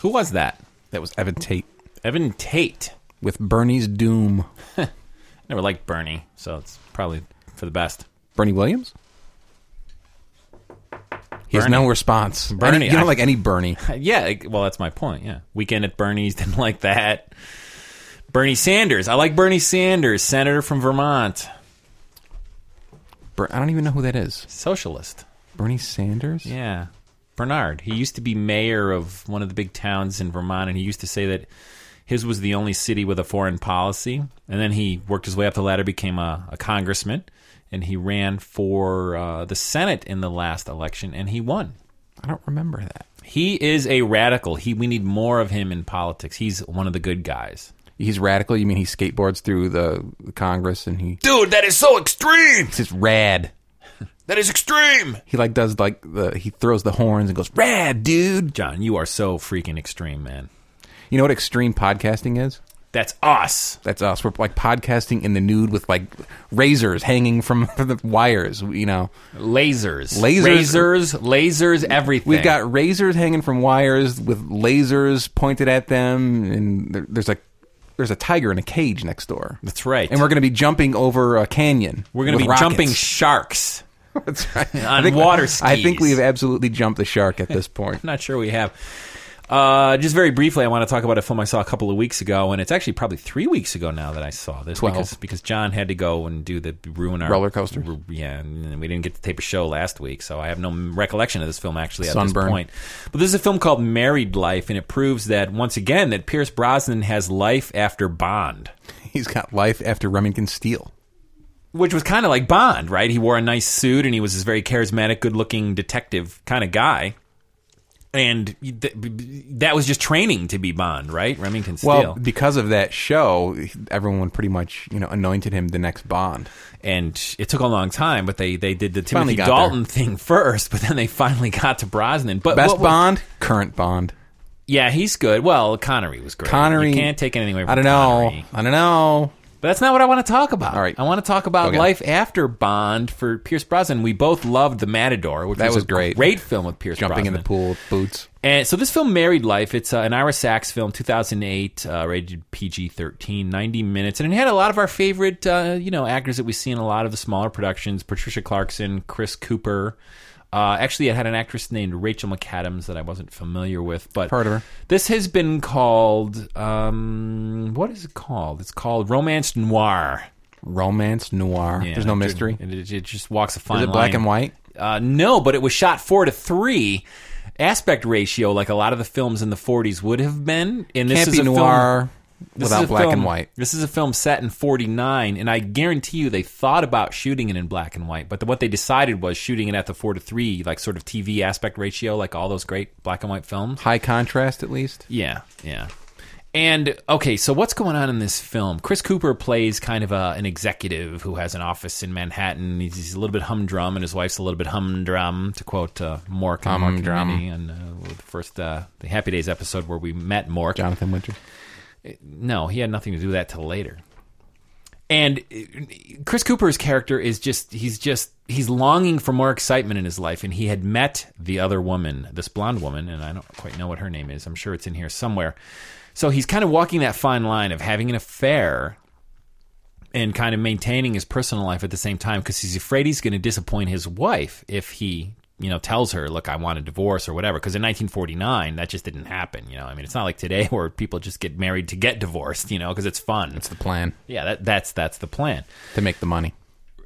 [SPEAKER 3] Who was that?
[SPEAKER 2] That was Evan Tate
[SPEAKER 3] Evan Tate.
[SPEAKER 2] with Bernie's Doom.
[SPEAKER 3] Never liked Bernie, so it's probably for the best.
[SPEAKER 2] Bernie Williams? He has
[SPEAKER 3] Bernie.
[SPEAKER 2] no response.
[SPEAKER 3] Bernie,
[SPEAKER 2] Any- you don't
[SPEAKER 3] I-
[SPEAKER 2] like any Bernie.
[SPEAKER 3] Yeah, like- well, that's my point. Yeah. Weekend at Bernie's didn't like that.
[SPEAKER 1] Bernie Sanders. I like Bernie Sanders, senator from Vermont,
[SPEAKER 2] Ber- I don't even know who that is.
[SPEAKER 1] socialist.
[SPEAKER 2] Bernie Sanders?
[SPEAKER 1] Yeah. Bernard. He used to be mayor of one of the big towns in Vermont, and he used to say that his was the only city with a foreign policy. And then he worked his way up the ladder, became a, a congressman, and he ran for uh, the Senate in the last election, and he won.
[SPEAKER 2] I don't remember that.
[SPEAKER 1] He is a radical. He we need more of him in politics. He's one of the good guys.
[SPEAKER 2] He's radical. You mean he skateboards through the, the Congress and he
[SPEAKER 1] Dude, that is so extreme.
[SPEAKER 2] it's just rad.
[SPEAKER 1] That is extreme.
[SPEAKER 2] He like does like the he throws the horns and goes rad, dude.
[SPEAKER 1] John, you are so freaking extreme, man.
[SPEAKER 2] You know what extreme podcasting is?
[SPEAKER 1] That's us.
[SPEAKER 2] That's us. We're like podcasting in the nude with like razors hanging from the wires. You know,
[SPEAKER 1] Lasers.
[SPEAKER 2] Lasers-
[SPEAKER 1] Lasers, lasers, everything.
[SPEAKER 2] we've got razors hanging from wires with lasers pointed at them, and there, there's a there's a tiger in a cage next door.
[SPEAKER 1] That's right.
[SPEAKER 2] And we're going to be jumping over a canyon.
[SPEAKER 1] We're going to
[SPEAKER 2] with
[SPEAKER 1] be
[SPEAKER 2] rockets.
[SPEAKER 1] jumping sharks.
[SPEAKER 2] That's right.
[SPEAKER 1] on water
[SPEAKER 2] I think
[SPEAKER 1] skis.
[SPEAKER 2] we have absolutely jumped the shark at this point.
[SPEAKER 1] I'm not sure we have. Uh, just very briefly, I want to talk about a film I saw a couple of weeks ago, and it's actually probably three weeks ago now that I saw this
[SPEAKER 2] Twelve.
[SPEAKER 1] because because John had to go and do the ruin our
[SPEAKER 2] Roller coaster?
[SPEAKER 1] r- Yeah, and we didn't get to tape a show last week, so I have no recollection of this film actually at
[SPEAKER 2] Sunburn.
[SPEAKER 1] this point. But this is a film called Married Life, and it proves that once again that Pierce Brosnan has life after Bond.
[SPEAKER 2] He's got life after Remington Steele.
[SPEAKER 1] which was kind of like Bond, right? He wore a nice suit and he was this very charismatic, good-looking detective kind of guy. And th- that was just training to be Bond, right? Remington Steele.
[SPEAKER 2] Well, because of that show, everyone pretty much you know anointed him the next Bond.
[SPEAKER 1] and it took a long time, but they, they did the
[SPEAKER 2] Finally
[SPEAKER 1] Timothy
[SPEAKER 2] got
[SPEAKER 1] Dalton thing first, but then they finally got to Brosnan. But
[SPEAKER 2] Best
[SPEAKER 1] what- what-
[SPEAKER 2] Bond, current Bond.
[SPEAKER 1] yeah, he's good. Well, Connery was great.
[SPEAKER 2] Connery.
[SPEAKER 1] you can't take anything away from
[SPEAKER 2] I don't know.
[SPEAKER 1] Connery.
[SPEAKER 2] I don't know.
[SPEAKER 1] But that's not what I want to talk about.
[SPEAKER 2] All right.
[SPEAKER 1] I want to talk about
[SPEAKER 2] Okay.
[SPEAKER 1] life after Bond for Pierce Brosnan. We both loved The Matador, which
[SPEAKER 2] That
[SPEAKER 1] was,
[SPEAKER 2] was
[SPEAKER 1] a
[SPEAKER 2] great.
[SPEAKER 1] great film with Pierce
[SPEAKER 2] Jumping in
[SPEAKER 1] Brosnan.
[SPEAKER 2] the pool with boots.
[SPEAKER 1] And so this film, Married Life, it's uh, an Ira Sachs film, 2008, uh, rated PG-13, 90 minutes, and it had a lot of our favorite, uh, you know, actors that we see in a lot of the smaller productions: Patricia Clarkson, Chris Cooper. Uh, actually, it had an actress named Rachel McAdams that I wasn't familiar with, but
[SPEAKER 2] Heard of her.
[SPEAKER 1] This has been called um, what is it called? It's called romance noir.
[SPEAKER 2] Romance noir.
[SPEAKER 1] Yeah,
[SPEAKER 2] There's no
[SPEAKER 1] it-
[SPEAKER 2] mystery.
[SPEAKER 1] It, it, just walks a fine
[SPEAKER 2] Is it
[SPEAKER 1] line.
[SPEAKER 2] black and white?
[SPEAKER 1] Uh, no, but it was shot four to three aspect ratio, like a lot of the films in the 40s would have been. And this
[SPEAKER 2] Can't
[SPEAKER 1] is
[SPEAKER 2] be
[SPEAKER 1] a film,
[SPEAKER 2] noir
[SPEAKER 1] this is
[SPEAKER 2] without
[SPEAKER 1] a
[SPEAKER 2] black
[SPEAKER 1] film-
[SPEAKER 2] and white.
[SPEAKER 1] This is a film set in 49, and I guarantee you they thought about shooting it in black and white, but the, what they decided was shooting it at the four to three, like sort of TV aspect ratio, like all those great black and white films.
[SPEAKER 2] High contrast, at least.
[SPEAKER 1] Yeah, yeah. And okay, so what's going on in this film? Chris Cooper plays kind of a, an executive who has an office in Manhattan. He's, he's a little bit humdrum, and his wife's a little bit humdrum, to quote uh, Mork and Mork and
[SPEAKER 2] Humdrum.
[SPEAKER 1] Mindy on uh, the first uh, the Happy Days episode where we met Mork.
[SPEAKER 2] Jonathan Winter.
[SPEAKER 1] No, he had nothing to do with that till later. And uh, Chris Cooper's character is just he's just he's longing for more excitement in his life and he had met the other woman, this blonde woman and I don't quite know what her name is. I'm sure it's in here somewhere. So he's kind of walking that fine line of having an affair and kind of maintaining his personal life at the same time because he's afraid he's going to disappoint his wife if he you know tells her look i want a divorce or whatever because in 1949 that just didn't happen you know i mean it's not like today where people just get married to get divorced you know because it's fun
[SPEAKER 2] It's the plan
[SPEAKER 1] yeah that, that's that's the plan
[SPEAKER 2] to make the money.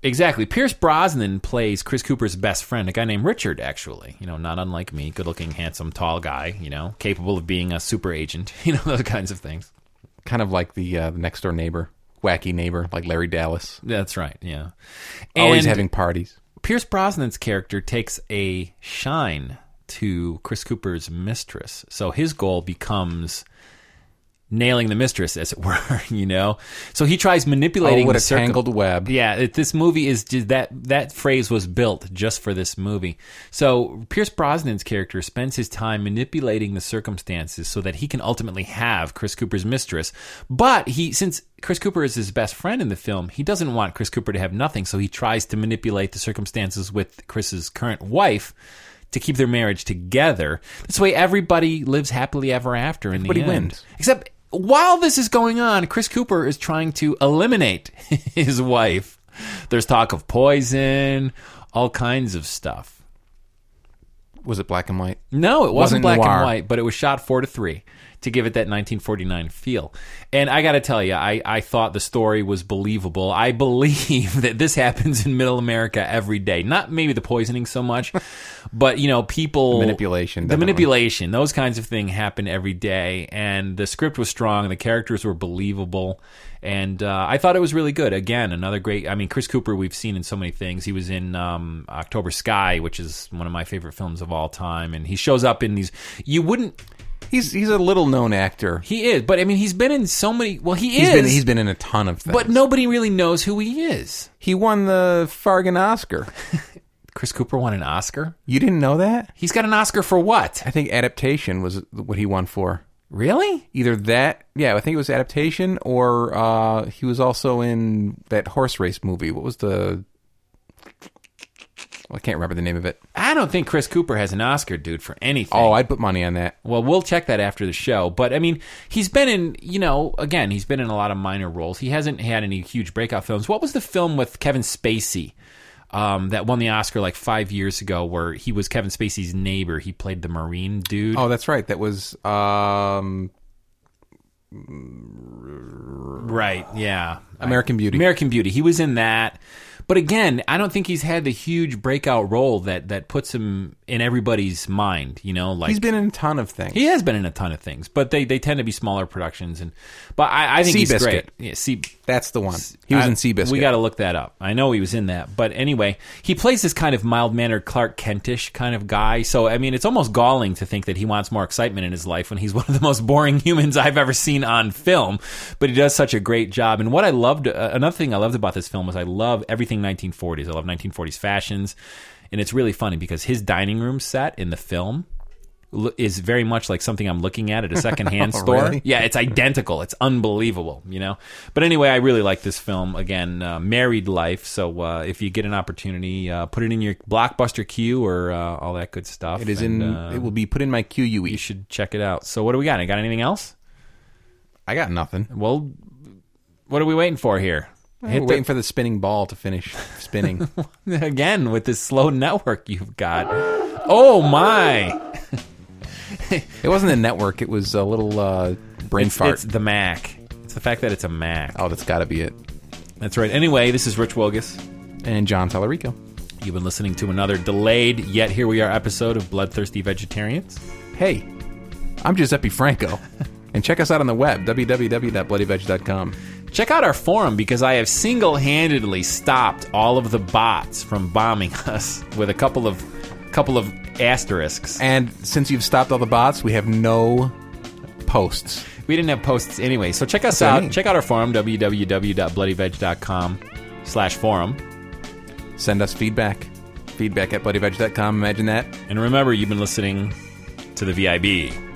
[SPEAKER 1] Exactly. Pierce Brosnan plays Chris Cooper's best friend, a guy named Richard, actually. You know, not unlike me, good looking, handsome, tall guy, you know, capable of being a super agent, you know, those kinds of things.
[SPEAKER 2] Kind of like the, uh, the next door neighbor, wacky neighbor, like Larry Dallas.
[SPEAKER 1] That's right, yeah.
[SPEAKER 2] Always
[SPEAKER 1] And
[SPEAKER 2] having parties.
[SPEAKER 1] Pierce Brosnan's character takes a shine to Chris Cooper's mistress. So his goal becomes nailing the mistress, as it were, you know? So he tries manipulating
[SPEAKER 2] Oh, what
[SPEAKER 1] the
[SPEAKER 2] a
[SPEAKER 1] circum-
[SPEAKER 2] tangled web.
[SPEAKER 1] Yeah, it, this movie is just that that phrase was built just for this movie. So Pierce Brosnan's character spends his time manipulating the circumstances so that he can ultimately have Chris Cooper's mistress. But he, since Chris Cooper is his best friend in the film, he doesn't want Chris Cooper to have nothing, so he tries to manipulate the circumstances with Chris's current wife. To keep their marriage together. This way, everybody lives happily ever after. In
[SPEAKER 2] Everybody
[SPEAKER 1] the end.
[SPEAKER 2] wins.
[SPEAKER 1] Except while this is going on, Chris Cooper is trying to eliminate his wife. There's talk of poison, all kinds of stuff.
[SPEAKER 2] Was it black and white?
[SPEAKER 1] No, it wasn't,
[SPEAKER 2] Wasn't
[SPEAKER 1] black
[SPEAKER 2] noir.
[SPEAKER 1] and white, but it was shot four to three. to give it that 1949 feel. And I got to tell you, I, I thought the story was believable. I believe that this happens in Middle America every day. Not maybe the poisoning so much, but you know, people
[SPEAKER 2] manipulation,
[SPEAKER 1] the
[SPEAKER 2] definitely.
[SPEAKER 1] manipulation, those kinds of things happen every day. And the script was strong, the characters were believable, and uh, I thought it was really good. Again, another great. I mean, Chris Cooper, we've seen in so many things. He was in um, October Sky, which is one of my favorite films of all time, and he shows up in these. You wouldn't
[SPEAKER 2] He's he's a little known actor.
[SPEAKER 1] he is, but I mean, he's been in so many. Well, he
[SPEAKER 2] He's
[SPEAKER 1] is.
[SPEAKER 2] been he's been in a ton of things.
[SPEAKER 1] but nobody really knows who he is.
[SPEAKER 2] he won the Fargan Oscar.
[SPEAKER 1] Chris Cooper won an Oscar.
[SPEAKER 2] You didn't know that?
[SPEAKER 1] He's got an Oscar for what?
[SPEAKER 2] I think adaptation was what he won for.
[SPEAKER 1] Really?
[SPEAKER 2] Either that, yeah, I think it was adaptation, or uh, he was also in that horse race movie. What was the? I can't remember the name of it.
[SPEAKER 1] I don't think Chris Cooper has an Oscar, dude, for anything.
[SPEAKER 2] Oh, I'd put money on that.
[SPEAKER 1] Well, we'll check that after the show. But I mean, he's been in, you know, again, he's been in a lot of minor roles. He hasn't had any huge breakout films. What was the film with Kevin Spacey um, that won the Oscar like five years ago where he was Kevin Spacey's neighbor? He played the Marine dude.
[SPEAKER 2] Oh, that's right. That was um,
[SPEAKER 1] Right. Yeah.
[SPEAKER 2] American Beauty.
[SPEAKER 1] American Beauty. He was in that. But again, I don't think he's had the huge breakout role that, that puts him in everybody's mind, you know, like
[SPEAKER 2] he's been in a ton of things.
[SPEAKER 1] He has been in a ton of things, but they, they tend to be smaller productions. And but I, I think he's
[SPEAKER 2] Seabiscuit.
[SPEAKER 1] great. Yeah, see,
[SPEAKER 2] that's the one. He was
[SPEAKER 1] I-
[SPEAKER 2] in Seabiscuit.
[SPEAKER 1] uh, We got to look that up. I know he was in that, but anyway, he plays this kind of mild mannered Clark Kentish kind of guy. So I mean, it's almost galling to think that he wants more excitement in his life when he's one of the most boring humans I've ever seen on film. But he does such a great job. And what I loved, uh, another thing I loved about this film was I love everything 1940s. I love 1940s fashions, and it's really funny because his dining room set in the film lo- is very much like something I'm looking at at a secondhand store.
[SPEAKER 2] Oh, really?
[SPEAKER 1] Yeah, it's identical. It's unbelievable, you know. But anyway, I really like this film. Again, uh, Married Life. So uh, if you get an opportunity, uh, put it in your blockbuster queue or uh, all that good stuff.
[SPEAKER 2] it is in. it will be put in my E. queue. You
[SPEAKER 1] uh, You
[SPEAKER 2] eat.
[SPEAKER 1] should check it out. So what do we got? I got anything else?
[SPEAKER 2] I got nothing.
[SPEAKER 1] Well, what are we waiting for here?
[SPEAKER 2] We're
[SPEAKER 1] the-
[SPEAKER 2] waiting for the spinning ball to finish spinning.
[SPEAKER 1] again with this slow network you've got. Oh my!
[SPEAKER 2] it wasn't a network. It was a little uh, brain
[SPEAKER 1] It's,
[SPEAKER 2] fart.
[SPEAKER 1] it's the Mac. It's the fact that it's a Mac.
[SPEAKER 2] oh, that's got to be it.
[SPEAKER 1] That's right. Anyway, this is Rich Wilgus.
[SPEAKER 2] And John Tallarico.
[SPEAKER 1] You've been listening to another delayed yet here we are episode of Bloodthirsty Vegetarians.
[SPEAKER 2] Hey, I'm Giuseppe Franco. and check us out on the web, www.bloodyveg.com.
[SPEAKER 1] Check out our forum because I have single handedly stopped all of the bots from bombing us with a couple of couple of asterisks.
[SPEAKER 2] And since you've stopped all the bots, we have no posts.
[SPEAKER 1] We didn't have posts anyway, so check us
[SPEAKER 2] what I
[SPEAKER 1] out.
[SPEAKER 2] mean.
[SPEAKER 1] Check out our forum, www.bloodyveg.com slash forum.
[SPEAKER 2] Send us feedback. Feedback at bloodyveg.com. Imagine that.
[SPEAKER 1] And remember you've been listening to the VIB.